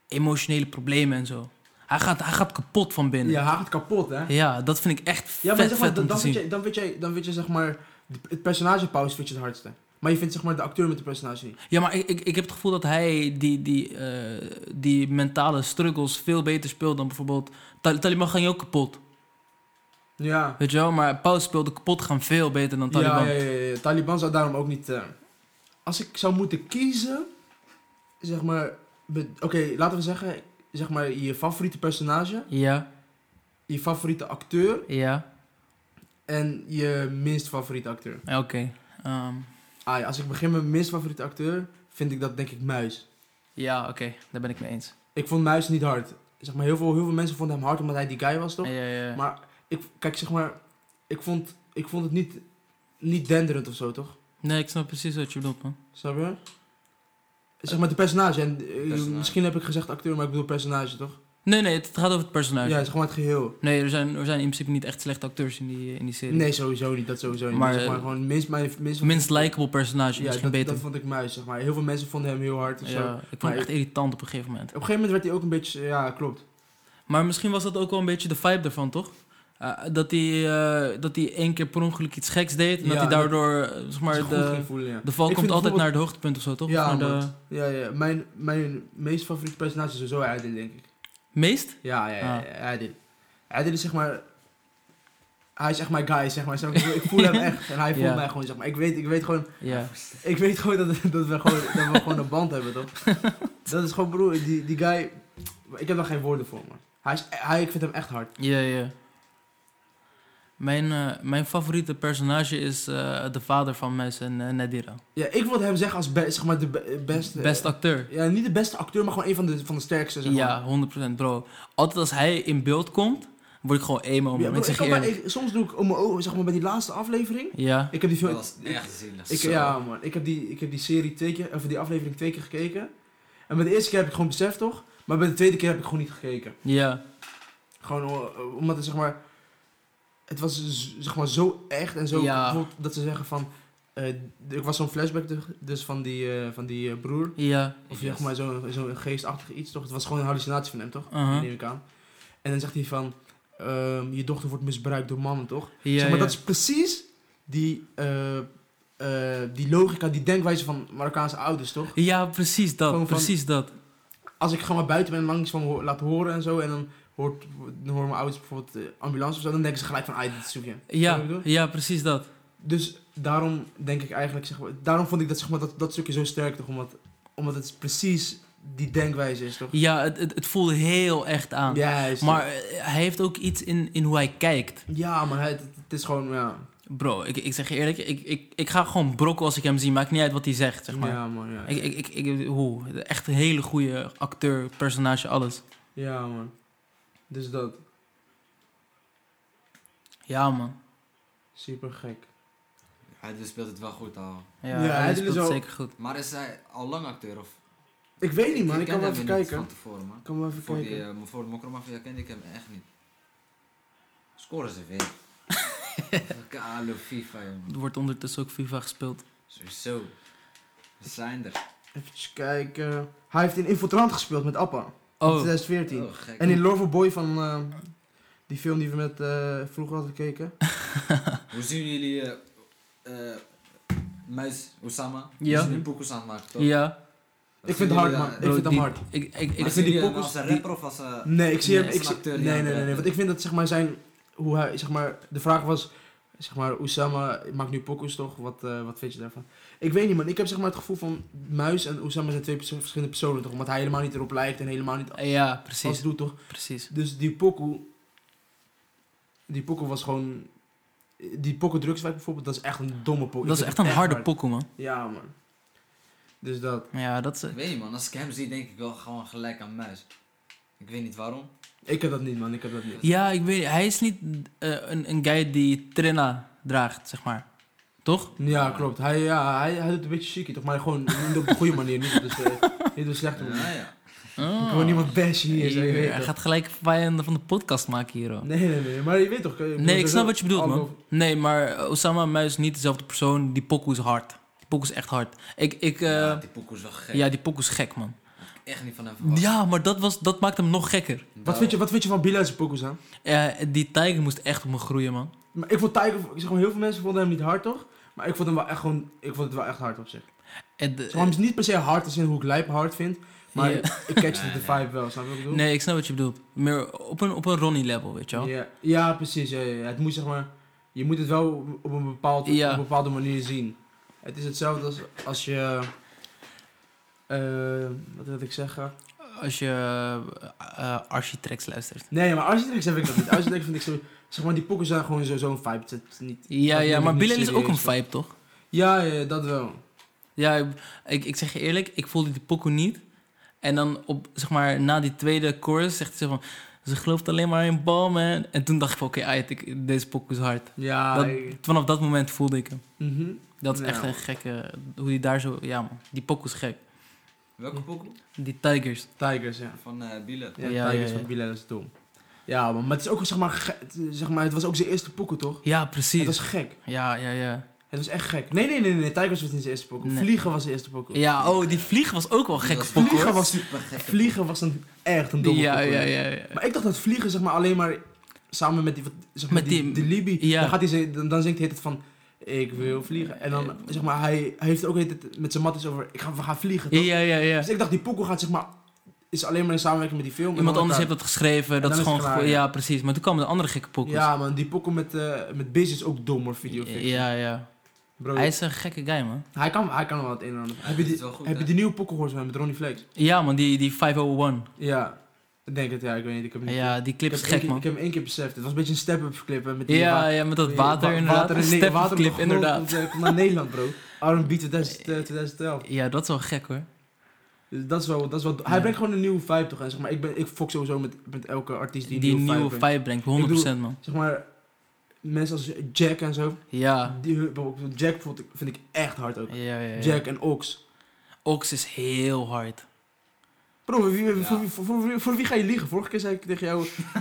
emotionele problemen en zo. Hij gaat, hij gaat kapot van binnen. ja, Ja, hij gaat kapot hè. dat vind ik echt Ja, maar vet, zeg maar, vet dan, om te dan, zien. vind je, dan, vind jij, dan vind je zeg maar, de- het personage Paus vind je het hardste. Maar je vindt zeg maar de acteur met de personage niet. Ja, maar ik, ik, ik heb het gevoel dat hij die, die, eh, die mentale struggles veel beter speelt dan bijvoorbeeld... Tal Taliban ging ook kapot, Ja. weet je wel? Maar Paus speelde kapot gaan veel beter dan Taliban. Ja, ja, ja, ja. Taliban zou daarom ook niet... eh, als ik zou moeten kiezen, zeg maar... be- Oké, laten we zeggen, zeg maar je favoriete personage, ja. je favoriete acteur ja. en je minst favoriete acteur. Ja, oké. Ehm, Ah, ja, als ik begin met mijn minst favoriete acteur, vind ik dat denk ik Muis. ja, oké, daar ben ik mee eens. Ik vond Muis niet hard. Zeg maar, heel veel, heel veel mensen vonden hem hard omdat hij die guy was, toch? Ja, ja, ja. Maar ik, kijk, zeg maar, ik vond, ik vond het niet, niet denderend of zo, toch? nee, ik snap precies wat je bedoelt, man. Snap je? Zeg maar de personage. En, eh, Personage. Misschien heb ik gezegd acteur, maar ik bedoel personage, toch? Nee, nee, het gaat over het personage. Ja, het is gewoon het geheel. Nee, er zijn, er zijn in principe niet echt slechte acteurs in die, in die serie. Nee, sowieso niet. Dat sowieso niet. Maar, Maar, zeg maar eh, gewoon minst mijn... Minst, Minst likable personage, ja, misschien dat, beter. dat vond ik muis, zeg maar. Heel veel mensen vonden hem heel hard of zo. ja, Op ik vond maar hem echt irritant op een gegeven moment. een gegeven moment werd hij ook een beetje... Ja, klopt. Maar misschien was dat ook wel een beetje de vibe ervan, toch? Eh, dat hij eh, dat hij één keer per ongeluk iets geks deed. En Ja, dat hij dat- daardoor eh, zeg maar, Zich goed de, ging voelen, ja. de val Ik komt vind altijd bijvoorbeeld- naar het hoogtepunt of zo, toch? Ja, Of naar de man. Ja, ja. Mijn, mijn meest favoriete personage is sowieso Adil, denk ik. meest? Ja, ja, ja. Ah. ja, Adil. Adil is zeg maar... Hij is echt mijn guy, zeg maar. Snap je? Ik voel hem echt. En hij voelt Ja. mij gewoon, zeg maar. Ik weet, ik weet gewoon... Ja. Ik weet gewoon dat, dat, we gewoon dat we gewoon een band hebben, toch? Dat is gewoon, broer, die, die guy... Ik heb daar geen woorden voor, man. Hij is, hij, ik vind hem echt hard. Ja, ja. Mijn, eh, mijn favoriete personage is eh, de vader van Mes en eh, Nadira. Ja, ik wil hem zeggen als be- zeg maar de be- beste... Best acteur. Ja, niet de beste acteur, maar gewoon een van de, van de sterkste, zeg maar. Ja, 100% bro. Altijd als hij in beeld komt, word ik gewoon emo. Ja, broer, man. ik ik zeg je kan maar- eerlijk. ik- soms doe ik om mijn ogen, zeg maar, bij die laatste aflevering. Ja. Ik heb die Dat film... was echt zielig. Ik, Zo. ja, man. Ik heb, die, ik heb die serie twee keer... Of die aflevering twee keer gekeken. En bij de eerste keer heb ik gewoon beseft, toch? Maar bij de tweede keer heb ik gewoon niet gekeken. Ja. Gewoon eh, omdat het zeg maar. Het was z- zeg maar zo echt en zo. Ja. bijvoorbeeld Dat ze zeggen van. eh, er was zo'n flashback dus- dus van die, eh, van die eh, broer. Ja. Of Yes. zeg maar zo'n zo'n geestachtig iets toch? Het was gewoon een hallucinatie van hem toch? Aha. Neem ik aan. En dan zegt hij van. ehm, je dochter wordt misbruikt door mannen toch? Ja, zeg maar ja. dat is precies die. eh, eh, die logica, die denkwijze van Marokkaanse ouders toch? ja, precies dat. Gewoon van- Precies dat. als ik gewoon maar buiten ben en langs van ho- laat horen en zo, en dan hoort, dan horen mijn ouders bijvoorbeeld eh, ambulance of zo, dan denken ze gelijk van, ah, dit zoek je. Snap je wat ik Ja, bedoel? ja, precies dat. Dus daarom denk ik eigenlijk, zeg maar, daarom vond ik dat, zeg maar, dat, dat stukje zo sterk, toch? Omdat, omdat het precies die denkwijze is, toch? Ja, het, het, het voelde heel echt aan. Juist. Maar eh, hij heeft ook iets in, in hoe hij kijkt. ja, maar het, het is gewoon, ja. Bro, ik, ik zeg je eerlijk, ik, ik, ik ga gewoon brokken als ik hem zie. Maakt niet uit wat hij zegt, zeg maar. Ja, man, ja. Ik, ik, ik, ik, hoe, echt een hele goede acteur, personage, alles. Ja, man. Dus dat, Ja, man. super gek. Hij speelt het wel goed al. Ja, Ja, hij hij speelt is wel- zeker goed. Maar is hij al lang acteur of? Ik weet niet, man, ik ken kan wel hem even niet kijken. Van tevoren, man. Ik kan wel even Voor, die, kijken. eh, voor de Mokromafia kende ik hem echt niet. Scoren ze weer. Kalo FIFA, jongen. Er wordt ondertussen ook FIFA gespeeld. Sowieso. We zijn er. Even kijken. Hij heeft in Infiltrant gespeeld met Appa. in Oh, 2014. Oh, gek. En in Loverboy van eh, die film die we met eh, vroeger hadden gekeken. Hoe zien jullie eh e, eh, Muis Osama? Ja. Die nu pokus aan het maken, toch? ja. Wat Ik vind zien het jullie hard, daar- man. Ik vind hem die- hard. Ik, ik, ik, Maar vind zien die jullie hem pokus- als een die- rapper of als een... Nee, ik zie Nee, hem. is Ik een zie- acteur die nee, aan nee, nee, nee. het Want ik vind dat zeg maar zijn. Hoe hij, zeg maar, de vraag was. Zeg maar, Oesama maakt nu pokus toch? Wat, eh, wat vind je daarvan? Ik weet niet, man. Ik heb zeg maar het gevoel van. Muis en Oesama zijn twee perso- verschillende personen toch? Omdat hij helemaal niet erop lijkt en helemaal niet ja, alles precies. doet toch? Precies. Dus die pokoe. Die pokoe was gewoon. Die pokoe drugswijk bijvoorbeeld, dat is echt een domme pokoe. Dat Ik is vind echt het een harde pokoe, man. Ja, man. Dus dat. Ja, dat is... Ik weet niet, man. Als ik hem zie, denk ik wel gewoon gelijk aan Muis. Ik weet niet waarom. Ik heb dat niet, man. Ik heb dat niet. Ja, ik weet Hij is niet eh, een, een guy die trenna draagt, zeg maar. Toch? Ja, klopt. Hij, ja, hij, hij doet een beetje chicky, toch? Maar gewoon niet op de goede manier. Niet op de, sle- niet op de slechte manier. Ja, Nou ja. Ik wil niemand bashen hier, zeg, je weet Hij toch. gaat gelijk vijanden van de podcast maken hier, hoor. Nee, nee, nee. Maar je weet toch... Nee, ik snap wat je bedoelt, man. Nee, maar Osama Muis is niet dezelfde persoon. Die pokoe is hard. Die pokoe is echt hard. Ik, ik, eh, Ja, ja, die pokoe is wel gek. die pokoe is gek, man. Echt niet van hem verwacht. Ja, maar dat, was, dat maakt hem nog gekker. Wat vind je, wat vind je van Bila's pokus aan? Eh, die tijger moest echt op me groeien, man. Maar ik vond Tiger... Zeg maar, heel veel mensen vonden hem niet hard, toch? Maar ik vond hem wel echt gewoon... Ik vond het wel echt hard op zich. En de- Zeg maar, hij is niet per se hard als in hoe ik lijp hard vind. Maar Ja. ik catch Nee, de nee. vibe wel, snap je wat ik bedoel? nee, ik snap wat je bedoelt. Meer op een, op een Ronnie-level, weet je wel. Ja, ja precies. Ja, ja. Het moet, zeg maar, je moet het wel op een, bepaald, Ja. op een bepaalde manier zien. Het is hetzelfde als als je. eh, wat wil ik zeggen? Als je eh eh, Architrax luistert. Nee, maar Architrix heb ik dat niet. Architrix vind ik zo. Zeg maar, die pokken zijn gewoon zo- zo'n vibe. Het is niet... Ja, Dat ja, neem maar ik niet Bilal is ook een serieus, vibe, toch? ja, ja, dat wel. Ja, ik- ik, ik zeg je eerlijk, ik voelde die pokoe niet. En dan op, zeg maar, na die tweede chorus zegt ze van... Ze gelooft alleen maar in bal, man. En toen dacht ik van, oké, ayat, ik- deze pokoe is hard. Ja, Dat- ik- Vanaf dat moment voelde ik hem. mhm. Dat is Nou. echt een gekke... Hoe die daar zo... Ja, man. Die pokoe is gek. Welke pokoe? Die Tigers. Tigers, ja. Van eh Bilal. Ja, Ja, Tigers ja, ja. van Bilal is dom. Ja, man, maar het is ook zeg maar, ge- het- zeg maar, het was ook zijn eerste pokoe, toch? Ja, Het precies. was gek. Ja, ja, ja. Het was echt gek. Nee, nee, nee, nee, Tigers was niet zijn eerste pokoe. Nee. Vliegen was zijn eerste pokoe. Ja, oh, die vlieg was ook wel een gekke pok, Vliegen hoor. was- super gek. Vliegen was een, echt een domme Ja, pokoe. ja, ja, ja. Maar ik dacht dat vliegen zeg maar alleen maar samen met die, wat- zeg maar, Met die, die- die Libi, ja. dan, gaat hij, zing- dan, dan zingt hij het van ik wil vliegen. En dan zeg maar, hij, hij heeft ook het met zijn matties over ik ga, we gaan vliegen. toch? Ja, ja, ja. Dus ik dacht die pokoe gaat zeg maar, is alleen maar in samenwerking met die film. en Iemand dan anders heeft elkaar. dat geschreven. Dat dan is is gewoon... het klaar, gevo- ja. ja, precies. Maar toen kwam de andere gekke pokkels. Ja man, die pokoe met, eh met Biz is ook dommer video. Ja, ja. Bro, Hij is een gekke guy, man. hij, kan, hij kan wel het een en ander. Heb je is die, wel goed, heb hè? je die nieuwe pokoe gehoord van hem met Ronnie Flex? Ja, man, die, die 501. Ja. Ik denk het, ja, ik weet niet. Ik heb hem niet Ja, die ik clip heb is hem één gek, keer- man. Ik heb hem één keer beseft. Het was een beetje een step-up clip hè, met die wa- Ja, ja, met dat Nee, water wa- inderdaad. water Een in- step water clip, begon inderdaad. Komt, eh, komt naar Nederland, bro. R&B 2000, eh, 2011. Ja, dat is wel gek, hoor. Dus dat is wel... Dat is wel hij Ja. brengt gewoon een nieuwe vibe, toch? En zeg maar, ik, ben, ik fok sowieso met, met elke artiest die, Die, een nieuwe, nieuwe vibe brengt. vibe brengt, 100% man. Zeg maar, mensen als Jack en zo. Ja. Die, bijvoorbeeld Jack bijvoorbeeld vind ik echt hard ook. Ja, ja, ja. Jack en Ox. Ox is heel hard. Bro, wie- wie- Ja. voor, wie- voor, voor, wie- voor wie ga je liegen? Vorige keer zei ik tegen jou... ik zei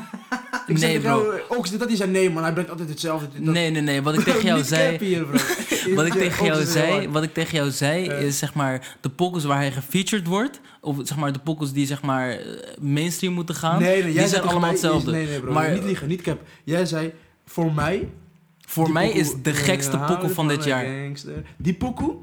Nee, tegen jou, eh, Ox, dit- dat is zei nee, man. Hij brengt altijd hetzelfde. dit, dat- Nee, nee, nee. Wat ik tegen jou Niet zei... cappy hier, bro. Wat ik Jack- tegen Ox jou is heel hard. zei, wat ik tegen jou zei Eh. is zeg maar de pokkels waar hij gefeatured wordt, of zeg maar de pokkels die zeg maar eh, mainstream moeten gaan. Nee, nee, jij die zei zijn tegen allemaal mij- hetzelfde. Nee, nee, bro. Maar- niet liegen, niet cap. Jij zei, voor mij... Voor die mij pokoe- is de Nee, gekste houden pokkel van dit een jaar. gangster. Die pokoe,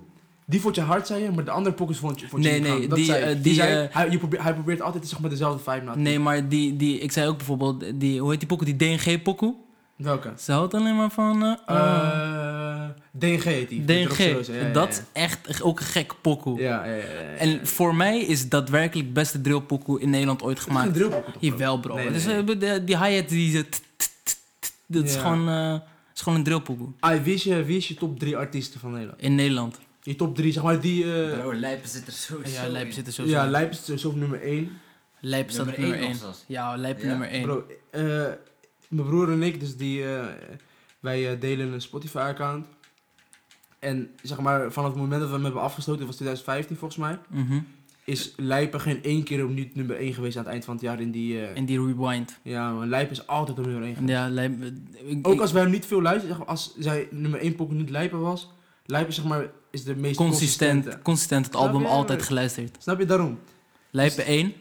die vond je hard, zei je, maar de andere pokkels vond je, vond je Nee, niet nee, gaaf. Dat die, zei je. eh, die, die zei, eh, hij, je probeert, hij probeert altijd zeg maar, dezelfde vibe na te Nee, maar die, die, ik zei ook bijvoorbeeld, die, hoe heet die pokkel, die DNG pokkel? doen. Welke? Ze houdt alleen maar van... eh, eh, Eh, DNG heet die. DNG, Drogseroze, ja, ja, ja. dat is echt ook een gek pokkel. Ja, ja, ja, ja, ja. Het En voor mij is daadwerkelijk beste drillpokkel in Nederland ooit is geen gemaakt. drillpokoe, toch, bro? Jawel bro. Nee, Het is, nee, eh, de- die hi-hat die... zo t- t- t- t- Dat is Ja. gewoon eh, het is gewoon een drillpokkel. Ai, wie is je, wie is je top 3 artiesten van Nederland? In Nederland. Je top 3, zeg maar, die... eh, Bro, Lijpen zit er sowieso Ja, Lijp in. zit er sowieso. ja, in. Lijp is sowieso op nummer 1. Lijp staat op Nummer nummer één 1. nog zelfs. Ja, Lijp Ja. nummer 1. Bro, eh, mijn broer en ik, dus die, eh, wij eh, delen een Spotify-account. En zeg maar, van het moment dat we hem hebben afgesloten, dat was 2015 volgens mij, Mhm. is Lijpen geen één keer opnieuw nummer 1 geweest aan het eind van het jaar in die... eh, En die rewind. ja, man, Lijpen is altijd op nummer 1 geweest. Ja, Lijp... eh, ik- Ook als wij hem niet veel luisteren, zeg maar, als zij nummer 1 pokken niet Lijpen was, Lijpen zeg maar, is de meest consistente. consistent, consistent het Snap album je? altijd geluisterd. Snap je daarom? Lijpen 1.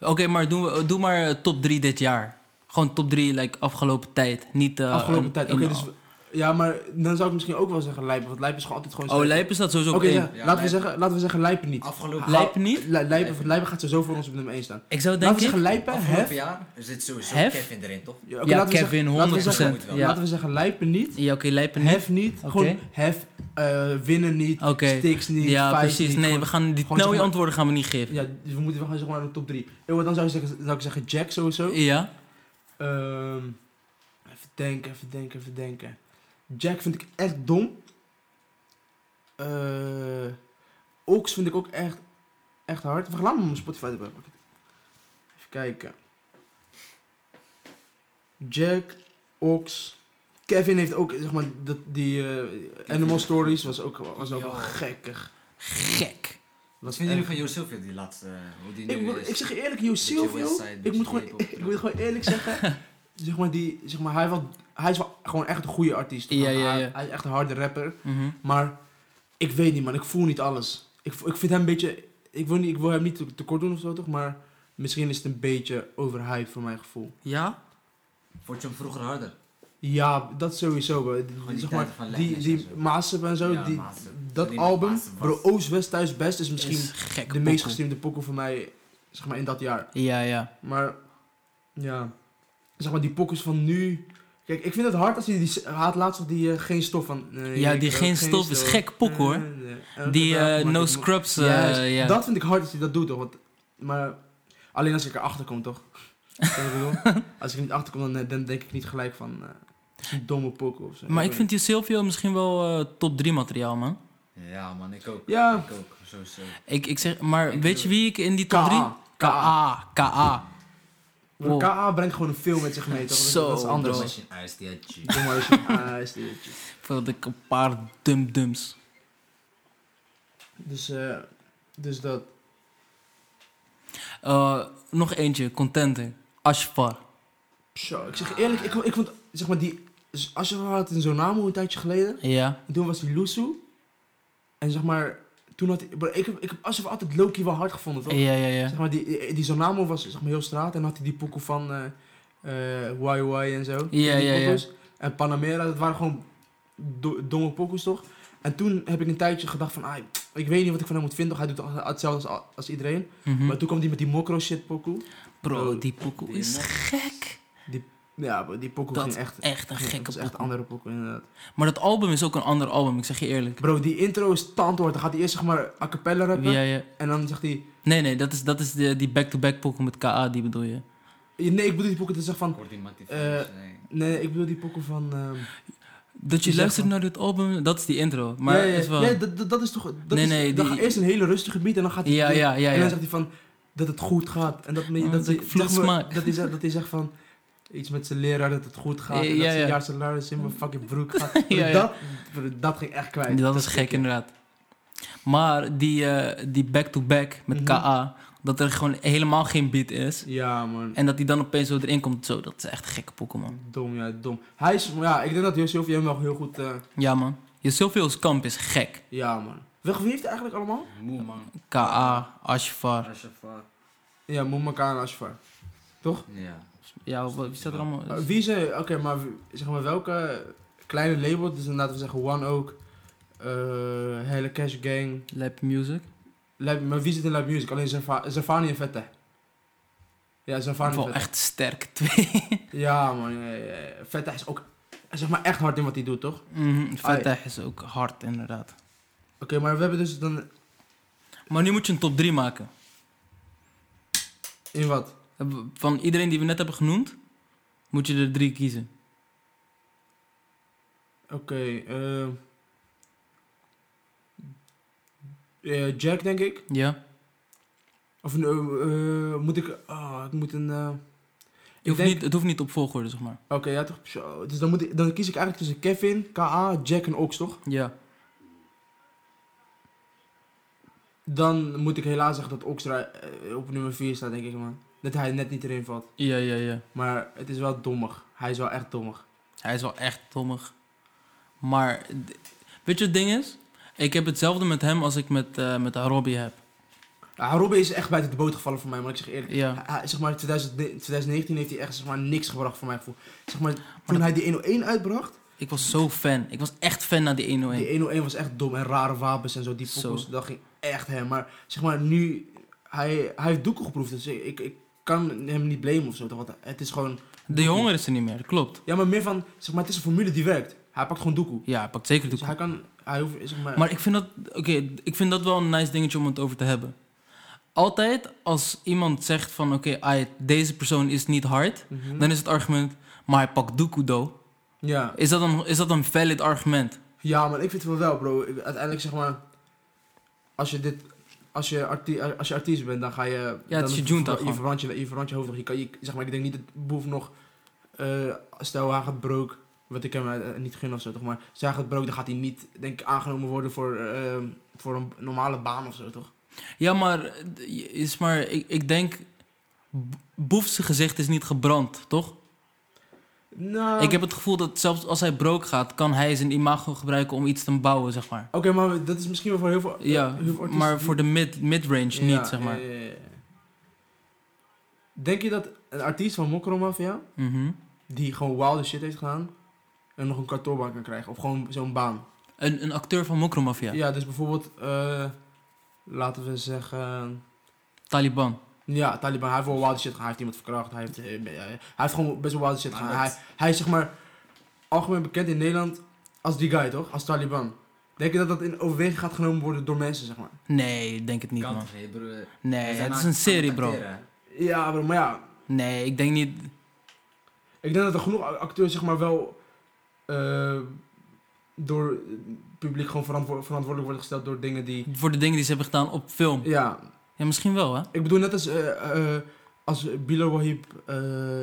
Oké, maar doe, we- doe maar eh, top 3 dit jaar. Gewoon top 3 like, afgelopen tijd. Niet, eh, Afgelopen een- tijd. een- Oké, dus, ja, maar dan zou ik misschien ook wel zeggen Lijpen, want Lijpen is gewoon altijd gewoon... Oh, sterk. Lijpen staat sowieso op Oké, één. ja, Ja, laten, we Lijpen. zeggen, laten we zeggen Lijpen niet. Afgelopen Lijpen niet? Li- Lijpen, Lijpen gaat sowieso voor ons op nummer 1 staan. Ik zou laten denk we zeggen ik... Ah, Lijpen, Hef. afgelopen jaar er zit sowieso Hef? Kevin erin, toch? Ja, oké, Ja, laten we Kevin, zeggen- laten we 100%. zeggen- zeggen- ja, Laten we zeggen Lijpen niet, ja oké, Lijpen niet. Hef niet, Oké. gewoon Hef, eh, winnen niet, Oké. Sticks niet, Ja, Vijf precies. niet, Nee, gewoon- we gaan die zeg snel je maar- antwoorden gaan we niet geven. Ja, dus we moeten we gaan zeg maar naar de top 3. dan zou ik zeggen, zou ik zeggen Jack sowieso. Ja? Ehm, even denken, even denken, even denken. Jack vind ik echt dom. Eh, Ox vind ik ook echt, echt hard. Wacht, laat me mijn Spotify erbij pakken. Even kijken. Jack, Ox. Kevin heeft ook, zeg maar, dat, die eh, Animal Stories was ook, was ook wel Ja. gekkig. Gek. Wat Was vinden erg. jullie van Yo Silvio, die laatste, eh, hoe die nu Ik, moet- is? ik zeg je eerlijk, Yo Silvio, Westside, ik moet, beetje gewoon, hiphop. ik moet gewoon eerlijk zeggen, zeg maar, die, zeg maar hij, wel, hij is wel gewoon echt een goede artiest. Ja, ja, Hij- ja. Hij is echt een harde rapper, Mhm. maar ik weet niet man, ik voel niet alles. Ik, vo- ik vind hem een beetje, ik wil, niet, ik wil hem niet te- tekort doen of zo toch, maar misschien is het een beetje overhyped voor mijn gevoel. Ja? Vond je hem vroeger harder? Ja, dat sowieso bro. Die- die Zeg tijd maar, van die, Lennys die en zo. Maasep en zo, Ja, die, Maasep. dat Die album, Maasep was- bro, oh. Oost, West, Thuis, Best is misschien Is gek. de meest pokkel. gestreamde pokoe voor mij, zeg maar in dat jaar. Ja, ja. Maar ja, zeg maar die pokkers van nu. Kijk, ik vind het hard als hij die haat laatst nog die eh, geen stof van. nee, Ja, ik die wil geen stof is gek pok, hoor. Nee, nee, nee. Die Elke dag eh, maak No ik- Scrubs. eh, Juist, ja. Dat vind ik hard als hij dat doet, toch? Want, maar alleen als ik erachter kom, toch? Snap je wat ik bedoel? als ik er niet achter kom, dan, eh, dan denk ik niet gelijk van. eh het is een domme pokken of zo. Maar ik weet vind die Silvio misschien wel eh, top 3 materiaal, man. Ja man, ik ook. Ja. Oh. Ik ook, sowieso. Ik, ik eh, zeg, maar Ik weet je doe- wie ik in die niet. top 3? KA. KA. KA. KA. Maar Wow. KA brengt gewoon een film met zich mee, toch? Dat is- Zo, dat is Bro, anders. Ah, als je een ijs die had je. Doe maar eens een ijs, dude. Voordat ik een paar dum-dums. Dus, eh, dus dat. Eh, nog eentje, contender. Ashfar. Zo, ik zeg eerlijk, ik, ik vond, zeg maar, die... Ashraf had in zo'n naam een tijdje geleden. Ja. En toen was hij Lusu. En zeg maar, toen had hij... bro, Ik heb, ik heb Ashraf altijd Loki wel hard gevonden, toch? Ja, ja, ja. Zeg maar, die, die, die Zonamo was zeg maar, heel straat. En had hij die pokoe van eh eh YY en zo. Ja, Die ja, ja. pokoes. En Panamera, dat waren gewoon do- domme pokoes, toch? En toen heb ik een tijdje gedacht van... ai, ik weet niet wat ik van hem moet vinden. Toch? Hij doet toch hetzelfde als, als iedereen. Mhm. Maar eh, toen kwam hij met die mokro shit pokoe. Bro, die pokoe Die is mo- gek. Ja, bro, die pokoe Dat ging echt... Echt een dat gekke is echt een pokoe. andere pokoe, inderdaad. Maar dat album is ook een ander album, ik zeg je eerlijk. Bro, die intro is tandwoord. Dan gaat hij eerst zeg maar a cappella rappen. Ja, ja. En dan zegt hij... Nee, nee, dat is, dat is de, die back-to-back pokoe met KA, die bedoel je. Nee, ik bedoel die pokoe. Dat zegt van... Coördinatief. Eh, Nee, ik bedoel die pokoe van... ehm, Dat je Die luistert zeggen- naar dit album, dat is die intro. Maar ja, ja, is wel... ja, dat, dat, dat is toch... Dat Nee, is, nee, dan die- gaat eerst een hele rustige beat en dan gaat hij... Ja, ja, ja, En dan ja. zegt hij van... Dat het goed gaat. En dat, me- Ja, dat, dat is hij- ook vloed zeg maar, smaak. dat, hij, zegt- dat hij zegt van... Iets met zijn leraar dat het goed gaat. en Ja, dat ja, zijn ja. jaar salaris in mijn fucking broek gaat. Ja, ja. Dat, dat ging echt kwijt. dat is gek, inderdaad. Maar die eh, die back-to-back met Mhm. KA, dat er gewoon helemaal geen beat is. Ja, man. En dat die dan opeens zo erin komt, zo, dat is echt een gekke pokoe, man. Dom, ja, dom. Hij is... Ja, ik denk dat Josef hem wel heel goed... eh, Ja, man. Je Sylvio's kamp is gek. ja, man. Weg, wie heeft hij eigenlijk allemaal? Moe man. KA, Ashfar. Ashafar. Ja, Moemaka en Ashfar. Ja. Ja, wat- wie staat er allemaal? Eh, wie zijn... Oké, maar wie- zeg maar welke kleine label... Dus inderdaad, we zeggen One Oak... eh hele Cash Gang... Lab Music. Lijp- maar wie zit in Live Music? Alleen Zerva- Zervani en Vette. Ja, Zervani en Wel Vette. echt sterk, twee. Ja, man. ja, ja, ja. Vette is ook zeg maar echt hard in wat hij doet, toch? Oké, Mhm, Fatah is ook hard, inderdaad. maar we hebben dus dan... Maar nu moet je een top 3 maken. In wat? Van iedereen die we net hebben genoemd, moet je er drie kiezen. Oké, eh eh, Jack, denk ik. Ja? Of eh, eh, moet ik... ah, ik moet een... eh, Je hoeft denk- niet, het hoeft niet op volgorde, zeg maar. Oké, ja toch? Zo, Dus dan, moet ik, dan kies ik eigenlijk tussen Kevin, K.A., Jack en Ox, toch? Ja. Dan moet ik helaas zeggen dat Ox er, eh, op nummer 4 staat, denk ik, man. Dat hij net niet erin valt. Ja, ja, ja. Maar het is wel dommig. Hij is wel echt dommig. Hij is wel echt dommig. Maar, d- weet je wat het ding is? Ik heb hetzelfde met hem als ik met, eh met Harobi heb. Ja, Robben Ah, is echt buiten de boot gevallen voor mij, maar ik zeg eerlijk. Ja. Hij- zeg maar, 2000 2019 heeft hij echt zeg maar, niks gebracht voor mijn gevoel. Zeg maar, toen dat- hij die 101 uitbracht, Ik was zo fan. Ik was echt fan naar die 101. die 101 was echt dom en rare wapens en zo. Die Zo. pokkels, dat ging echt hem. Maar zeg maar, nu, hij, hij heeft doeken geproefd, dus ik, ik kan hem niet blamen of zo. toch? Want het is gewoon, De honger is er niet meer, dat klopt. ja, maar meer van, zeg maar, het is een formule die werkt. Hij pakt gewoon doekoe. Ja, hij pakt zeker de Dus hij kan, hij hoeft, zeg maar, Maar ik vind, dat, oké, ik vind dat wel een nice dingetje om het over te hebben. Altijd als iemand zegt van oké, ai, deze persoon is niet hard, Mhm. dan is het argument, maar hij pakt Dokudo. ja. Is dat een, is dat een valid argument? Ja, maar ik vind het wel wel, bro. Ik- Uiteindelijk zeg maar, als je dit, als je, arti- als je artiest bent, dan ga je, dan het is je junta ver- je gewoon. verbrand je, je verbrand je hoofd nog. Je kan, je, zeg maar, ik denk niet dat Boef nog, eh, stel hij gaat broke, wat ik hem eh, niet gun of zo, toch? Maar als hij gaat broke, dan gaat hij niet, denk ik, aangenomen worden voor, ehm, voor een normale baan of zo, toch? Ja, maar, eh, is maar ik, ik denk, B- Boef's gezicht is niet gebrand, toch? Nou, Ik heb het gevoel dat zelfs als hij broke gaat, kan hij zijn imago gebruiken om iets te bouwen, zeg maar. Oké, maar dat is misschien wel voor heel veel. Ja, heel veel artiesten maar die- voor de mid- mid-range Ja, eh, niet, zeg maar. ja, ja, ja. Denk je dat een artiest van Mokro Mafia Mhm. die gewoon wilde shit heeft gedaan en nog een kantoorbaan kan krijgen. Of gewoon zo'n baan. Een, een acteur van Mokromafia, Ja, dus bijvoorbeeld, eh, laten we zeggen. Taliban. Ja, Taliban, hij heeft wel wilde shit gedaan. Hij heeft iemand verkracht. Hij heeft, eh, eh, hij heeft gewoon best wel wilde shit gedaan. Hij, hij is zeg maar algemeen bekend in Nederland als die guy, toch? Als Taliban. Denk je dat dat in overweging gaat genomen worden door mensen, zeg maar? Nee, denk het niet, Kan man. geen broer. Nee, Hij het eh, aan- is een serie, aan het bro. acteren, hè. Ja, bro, maar ja. Nee, ik denk niet. Ik denk dat er genoeg acteurs, zeg maar, wel eh, door het publiek gewoon verantwo- verantwoordelijk worden gesteld door dingen die. Voor de dingen die ze hebben gedaan op film. Ja, Ja, misschien wel, hè? Ik bedoel, net als, eh, eh, als Bilal Wahib eh, een,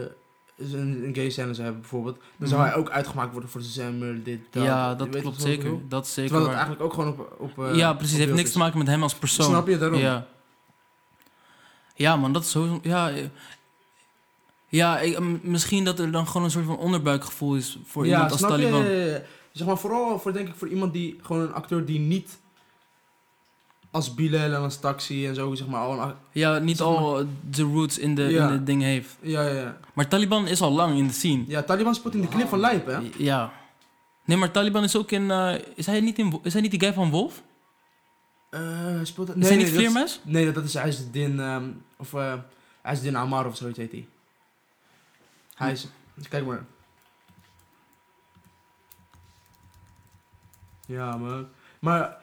een gay scène zou hebben bijvoorbeeld, dan zou Mhm. hij ook uitgemaakt worden voor zijn stemmer, dit, dat. Ja, Je dat weet wat klopt ik bedoel? zeker. Dat is zeker. Terwijl dat waar. eigenlijk ook gewoon op... op eh, ja, op precies. Het heeft beeld niks is. te maken met hem als persoon. Snap je? Daarom. Ja. Ja, man, dat is sowieso... Ja, eh, ja ik- m- misschien dat er dan gewoon een soort van onderbuikgevoel is voor iemand als snap je? Taliban. Zeg maar vooral voor, denk ik, voor iemand die gewoon een acteur die niet als Bilal en als Taxi en zo, zeg maar, al een ac- Ja, niet Zeg al de roots in de, Ja. in het ding heeft. ja, ja, ja. Maar Taliban is al lang in de scene. Ja, Taliban spot in de clip van Lijp, hè? Ja. Nee, maar Taliban is ook in... eh, is, hij niet in Wo- is hij niet die guy van Wolf? Eh, hij speelt... Nee, is nee, hij niet dat is- Vleermuis? Nee, dat, dat is IJsdin, ehm of eh IJsdin Amar of zoiets heet hij. Hij is, dus kijk maar. Ja, man. Maar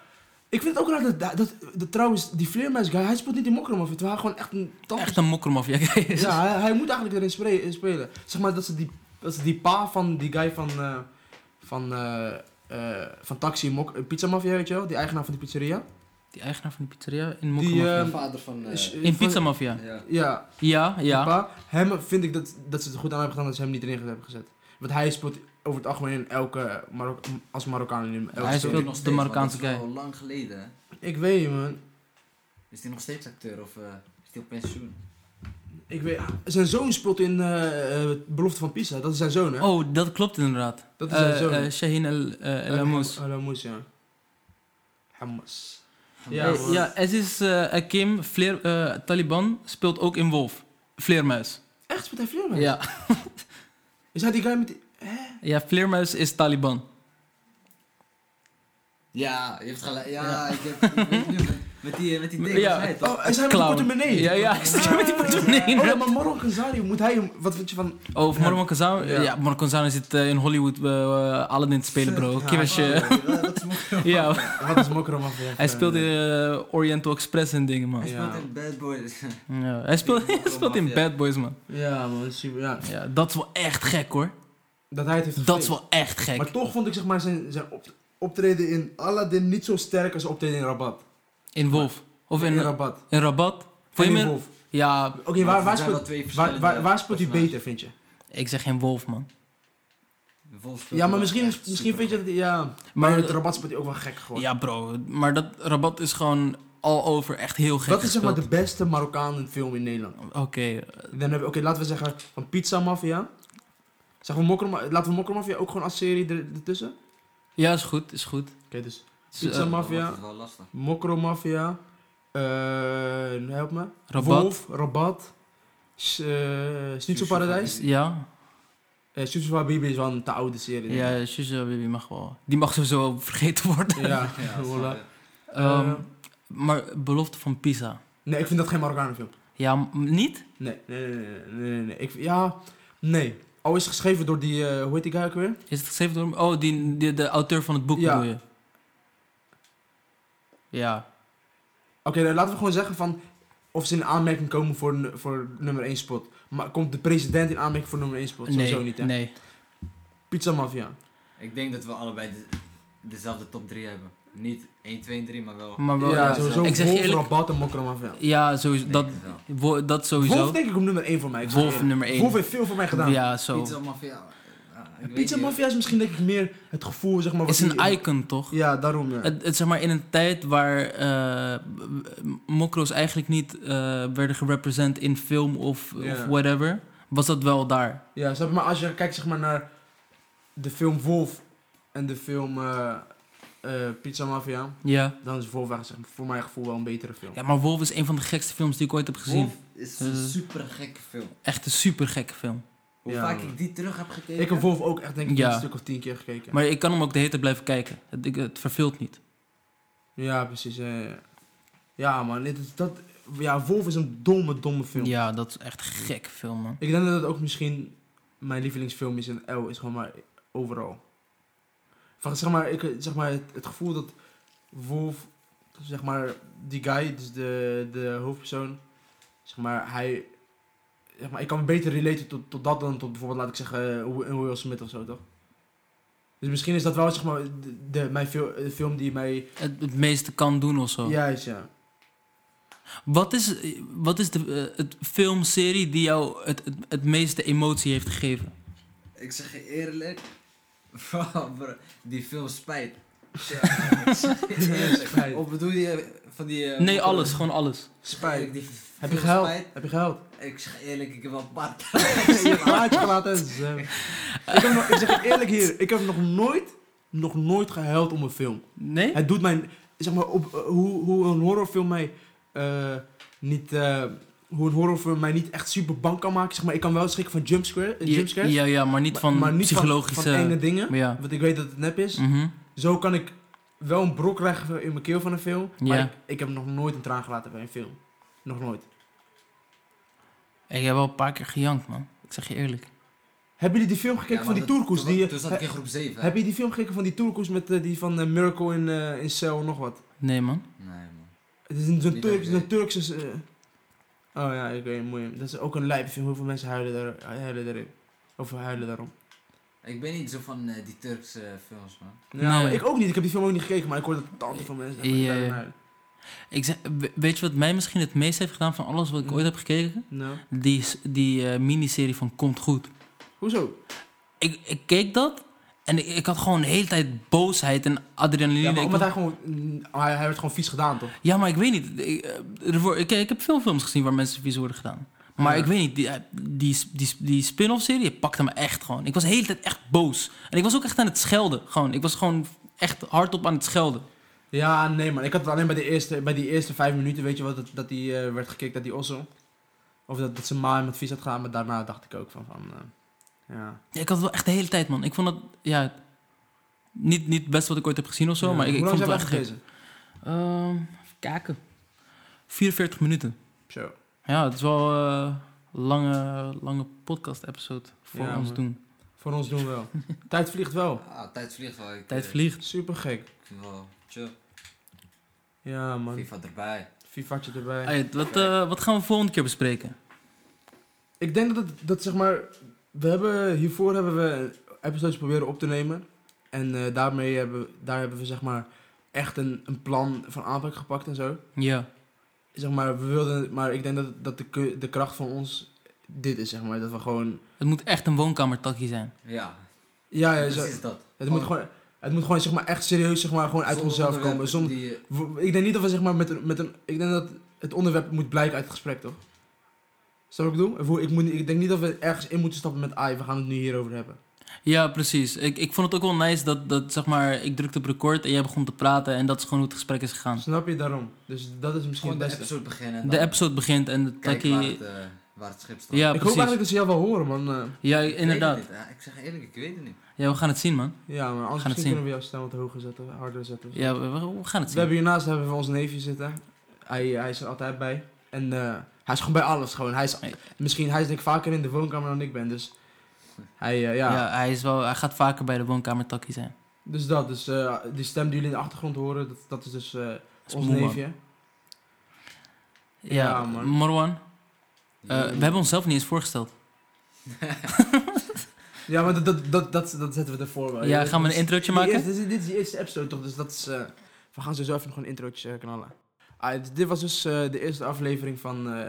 ik vind het ook raar dat, dat, dat- trouwens, die vleermuis guy, hij speelt niet in Mokromaf, terwijl hij gewoon echt een top Echt een mokkermaf, ja. guy is. Ja, hij, hij moet eigenlijk erin spre- eh, spelen. Zeg maar dat ze die, dat ze die pa van die guy van, eh, van, eh, eh, van Taxi Mok, eh, Pizza Mafia, weet je wel, die eigenaar van die pizzeria. Die eigenaar van die pizzeria in Die, mokkermafia. eh, vader van... eh, Is- in van- Pizza Mafia. ja. Ja, Ja, ja. Pa, hem vind ik dat, dat ze het goed aan hebben gedaan dat ze hem niet erin hebben gezet. Want hij speelt over het algemeen in elke Marok als Marokkaan in elke serie. hij speelt- nog de steeds, maar Marokkaanse Dat is guy. al lang geleden. hè? Ik weet niet, man. Is hij nog steeds acteur of eh, is hij op pensioen? Ik weet, zijn zoon speelt in eh, eh, Belofte van Pisa. Dat is zijn zoon, hè? Oh, dat klopt inderdaad. dat is zijn zoon. Eh, eh, Shaheen El, eh, El Amous. Elamoes, ja. Hamas. Ja, Eh, man. ja, het is eh, Akim, Fleer, eh, Taliban, speelt ook in Wolf. Vleermuis. Echt, speelt hij vleermuis? Ja. Is hij die guy met die... ja, Vleermuis is Taliban. Ja, je hebt gelijk. Ja, ik heb. ik weet niet, met die, met die Ja. ding. Ja. Oh, is hij Clown. met die portemonnee? Ja, ja, is hij met die portemonnee? Oh, ja, maar Marwan Ghazali, moet hij hem... Wat vind je van... Oh, of Marwan Kazan. Ja. Ja, Marwan Kazan zit eh, in Hollywood eh, eh, Aladdin te spelen, bro. Kim als je- dat is mooi. Ja, Wat is Mokro Mafia? hij speelde eh, Oriental Express en dingen, man. Hij speelt Ja. in Bad Boys. Ja, hij speelt, hij speelt in Mafia. Bad Boys, man. Ja, man, super, ja. Ja, dat is wel echt gek, hoor. Dat hij het heeft Dat is gefaked. wel echt gek. Maar toch vond ik zeg maar, zijn, zijn op- optreden in Aladdin niet zo sterk als optreden in Rabat. In Wolf. Of in, in Rabat. in Rabat. Vond En je in meer- Wolf. Ja, Oké, waar, waar, Er zijn wel speelt, twee waar, verschillende waar, waar speelt hij personages. beter, vind je? ik zeg geen Wolf, man. Wolf Ja, speelt maar wel misschien, echt misschien super vind je dat... Ja, maar, Maar- met Rabat speelt hij ook wel gek gewoon. Ja, bro. Maar dat Rabat is gewoon al over echt heel gek dat is zeg maar de gespeeld. beste Marokkaan film in Nederland. Oké. eh, Dan hebben we, oké, laten we zeggen van Pizza Mafia. Zeggen we Mokro, Ma- laten we Mokro Mafia ook gewoon als serie er- ertussen? Oké, Ja, is goed, is goed. dus Is, Pizza eh, Dan wordt Mafia, het wel lastig. Mokro Mafia, eh, help me. Rabat. Wolf, Rabat, S- eh, Snitso Paradijs. Ja, Eh, Susu van Bibi is wel een te oude serie. denk ik. ja Shuza Baby mag wel. Die mag sowieso vergeten worden. Ja, Ja, dat voilà. is- Ehm, Eh. maar Belofte van Pisa. Nee, ik vind dat geen Marokkaanenfilm. Ja, m- niet? Nee, nee, nee, nee, nee, nee, nee. Ik, ja, nee. Al is geschreven door die, eh, hoe heet die guy ook weer? Is het geschreven door hem? Oh, die, die- de auteur van het boek Ja. bedoel je? Ja. Oké, dan laten we gewoon zeggen van, of ze in aanmerking komen voor, n- voor nummer 1 spot. Maar komt de president in aanmerking voor nummer 1 spot? Sowieso nee, niet, hè? nee. Pizza Mafia. Ik denk dat we allebei de- dezelfde top 3 hebben. Niet 1, 2 en 3, maar wel. Maar wel, ja, ja, sowieso Ik zeg je Wolf, eerlijk... Rabat en Mokro Mafia. Ja, sowieso. Ik Dat, denk het wel. wo- dat sowieso. Wolf denk ik op nummer 1 voor mij. ik zeg Wolf eerlijk. nummer één. Wolf heeft veel voor mij gedaan. Ja, zo. Pizza Mafia. ja, ik weet Pizza niet. Mafia is misschien denk ik meer het gevoel, zeg maar... wat is een die- icon, toch? Ja, daarom, ja. Het, het, zeg maar, in een tijd waar eh, mokro's eigenlijk niet eh, werden gerepresent in film of, Ja. of whatever, was dat wel daar. Ja, snap je? Maar als je kijkt zeg maar, naar de film Wolf en de film eh, eh, Pizza Mafia, Ja. dan is Wolf eigenlijk zeg maar, voor mijn gevoel wel een betere film. ja, maar Wolf is een van de gekste films die ik ooit heb gezien. Wolf is een Eh. super gekke film. Echt een super gekke film. Hoe Ja, vaak man. ik die terug heb gekeken. Ik heb Wolf ook echt denk ik Ja. een stuk of tien keer gekeken. Maar ik kan hem ook de hele tijd blijven kijken. Het, ik- het verveelt niet. Ja, precies. eh. ja, man. dit is- dat, ja, Wolf is een domme, domme film. Ja, dat is echt een gekke film, man. Ik denk dat het ook misschien mijn lievelingsfilm is in L, is gewoon maar overal. Van, zeg maar, ik, eh, zeg maar het, het gevoel dat Wolf, zeg maar, die guy, dus de, de hoofdpersoon, zeg maar, hij, zeg maar, ik kan me beter relaten tot, tot dat dan tot bijvoorbeeld, laat ik zeggen, eh, Will- Will Smith of zo, toch? Dus misschien is dat wel, zeg maar, de, de- mijn fil- eh, film die mij... Het, het meeste kan doen of zo. Juist, ja. Wat is, wat is de eh, het filmserie die jou het, het, het meeste emotie heeft Eh, gegeven? Ik zeg je eerlijk. bro, die film spijt. Spijt. Of bedoel je van die... eh, Nee, alles. Gewoon alles. Spijt. Die Heb je veel gehuild? spijt. Heb je gehuild? Ik zeg eerlijk, ik heb wel een paar je hebt plaatje gelaten. Zo. Ik, heb nog, ik zeg je eerlijk hier, ik heb nog nooit, nog nooit gehuild om een film. Nee? Het doet mij, zeg maar, op, eh, hoe, hoe een horrorfilm mij eh, niet, eh, hoe een horrorfilm mij niet echt super bang kan maken. Zeg maar, ik kan wel schrikken van jumpscare, eh, Ja, jumpscares, ja, ja, maar niet maar- van maar niet van- psychologische... van, enge dingen, ja. want ik weet dat het nep is. Mhm. Zo kan ik wel een brok leggen in mijn keel van een film, maar Ja. ik, ik heb nog nooit een traan gelaten bij een film. Nog nooit. Ik heb wel een paar keer gejankt, man. Ik zeg je eerlijk. Hebben jullie die film gekeken van die Turkus? Die, eh, Toen zat dus ik in groep 7. Heb je die film gekeken van die Turkus met eh, die van eh, Miracle in, eh, in Cell nog wat? Nee, man. Nee, man. Het is een, zo'n Niet Turks- dat ik weet. een Turkse... eh, oh ja, ik weet het, moet je- Dat is ook een lijp film. Heel veel mensen huilen, daar, huilen daarin. Of huilen daarom. Ik ben niet zo van eh, die Turkse eh, films, man. Ja, Nee. Nou, Ik ook niet. Ik heb die film ook niet gekeken, maar ik hoor dat tante van mensen Ja, ja. daarin huilen. Ik zeg, we- weet je wat mij misschien het meest heeft gedaan van alles wat ik Hm. ooit heb gekeken? Nou, Die, s- die eh, miniserie van Komt Goed. hoezo? Ik, ik keek dat en ik, ik had gewoon de hele tijd boosheid en adrenaline. Ja, maar Ik- omdat hij gewoon... mm, Hij, hij werd gewoon vies gedaan, toch? Ja, maar ik weet niet. Ik, eh, ervoor- ik, ik heb veel films gezien waar mensen vies worden gedaan. Maar Ja. ik weet niet, die, eh, die, die, die spin-off serie pakte me echt gewoon. Ik was de hele tijd echt boos. En ik was ook echt aan het schelden. Gewoon. Ik was gewoon echt hardop aan het schelden. Ja, nee man. Ik had het alleen bij, de eerste, bij die eerste vijf minuten, weet je wat, dat, dat die eh, werd gekeken, dat die ossel. Of dat, dat zijn ma hem advies had gedaan, maar daarna dacht ik ook van, van eh, ja. Ja, ik had het wel echt de hele tijd, man. Ik vond dat, ja, niet, niet het beste wat ik ooit heb gezien of zo. Ja. Maar ik, ik Hoe vond lang het zijn wel echt wij gek. geweest? Ehm, even kijken. 44 minuten. Zo. Ja, het is wel een lange, lange podcast-episode voor Ja, ons man. doen. Voor ons doen we wel. Tijd vliegt wel. Ah, tijd vliegt wel. Ik, Tijd eh, vliegt. Super gek. Ik vind wel chill. Ja man. FIFA erbij. Fifatje erbij. Hey, wat, eh, wat gaan we volgende keer bespreken? Ik denk dat, het- dat zeg maar, we hebben, hiervoor hebben we episodes proberen op te nemen. En eh, daarmee hebben, daar hebben we zeg maar echt een, een plan van aanpak gepakt en zo. Ja. Zeg maar, we wilden, maar ik denk dat, dat de, ke- de kracht van ons dit is zeg maar, dat we gewoon... Het moet echt een woonkamertakje zijn. Ja, Ja, ja zo- precies dat. het moet gewoon... Het moet gewoon zeg maar, echt serieus zeg maar, gewoon uit Zonder onszelf komen. onderwerpen Zonder, die, eh, W- Ik denk niet dat we zeg maar met een, met een. Ik denk dat het onderwerp moet blijken uit het gesprek, toch? Snap wat ik bedoel? Ik voel- Ik, moet, ik denk niet dat we ergens in moeten stappen met. Ai, we gaan het nu hierover hebben. Ja, precies. Ik, ik vond het ook wel nice dat, dat zeg maar, ik drukte op record en jij begon te praten en dat is gewoon hoe het gesprek is gegaan. Snap je daarom? Dus dat is misschien gewoon het de beste. episode beginnen. en De dan episode begint en het Kijken waar takkie... het, eh, waar het schip staat. Ja, ik hoop precies. eigenlijk dat ze jou wel horen, man. Eh, Ja, Ik weet het inderdaad. niet, eh, Ik zeg eerlijk, ik weet het niet. Ja, we gaan het zien, man. ja, maar anders het misschien zien. kunnen we jouw stem wat hoger zetten, harder zetten. Ja, we, we- we gaan het We zien. hebben hiernaast hebben we ons neefje zitten. Hij, hij is er altijd bij. En eh, hij is gewoon bij alles. Gewoon. Hij is, Hey. misschien, hij is denk ik vaker in de woonkamer dan ik ben. Dus hij, eh, Ja, ja. hij, is wel, hij gaat vaker bij de woonkamertakkie zijn. Dus dat, dus eh, die stem die jullie in de achtergrond horen, dat, dat is dus eh, Dat is ons moe, man. neefje. Ja, Ja, man. Marwan, eh, we hebben onszelf niet eens voorgesteld. Ja, maar dat, dat, dat, dat, dat zetten we ervoor wel. Ja, Dat gaan we een is- introotje die maken? eerste- dit, is, dit is die eerste episode toch, dus dat is... eh, we gaan sowieso even nog een introotje eh, knallen. Ah, d- dit was dus eh, de eerste aflevering van eh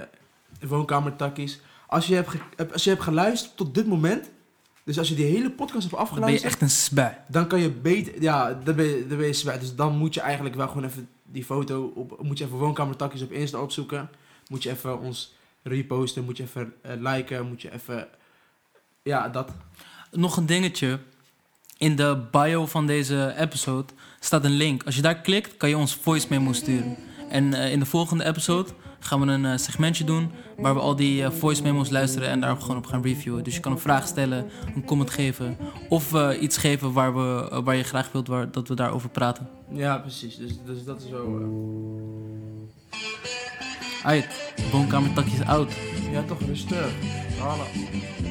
Woonkamer Takkies. Als je, hebt ge- heb- als je hebt geluisterd tot dit moment, dus als je die hele podcast hebt Dan ben je afgeluisterd, echt een spij. dan kan je beter... Ja, dan ben je, dan ben je zwaar. Dus dan moet je eigenlijk wel gewoon even die foto op... Moet je even Woonkamer Takkies op Insta opzoeken. Moet je even ons reposten, moet je even eh, liken, moet je even... Ja, dat. Nog een dingetje. In de bio van deze episode staat een link. Als je daar klikt, kan je ons voice memo sturen. En eh, in de volgende episode gaan we een eh, segmentje doen waar we al die eh, voice memos luisteren en daar gewoon op gaan reviewen. Dus je kan een vraag stellen, een comment geven of eh, iets geven waar, we, eh, waar je graag wilt waar, dat we daarover praten. Ja, precies. Dus, dus dat is zo. eh, Uit, woonkamertakjes out. eh, ja, toch rustig. Hallo.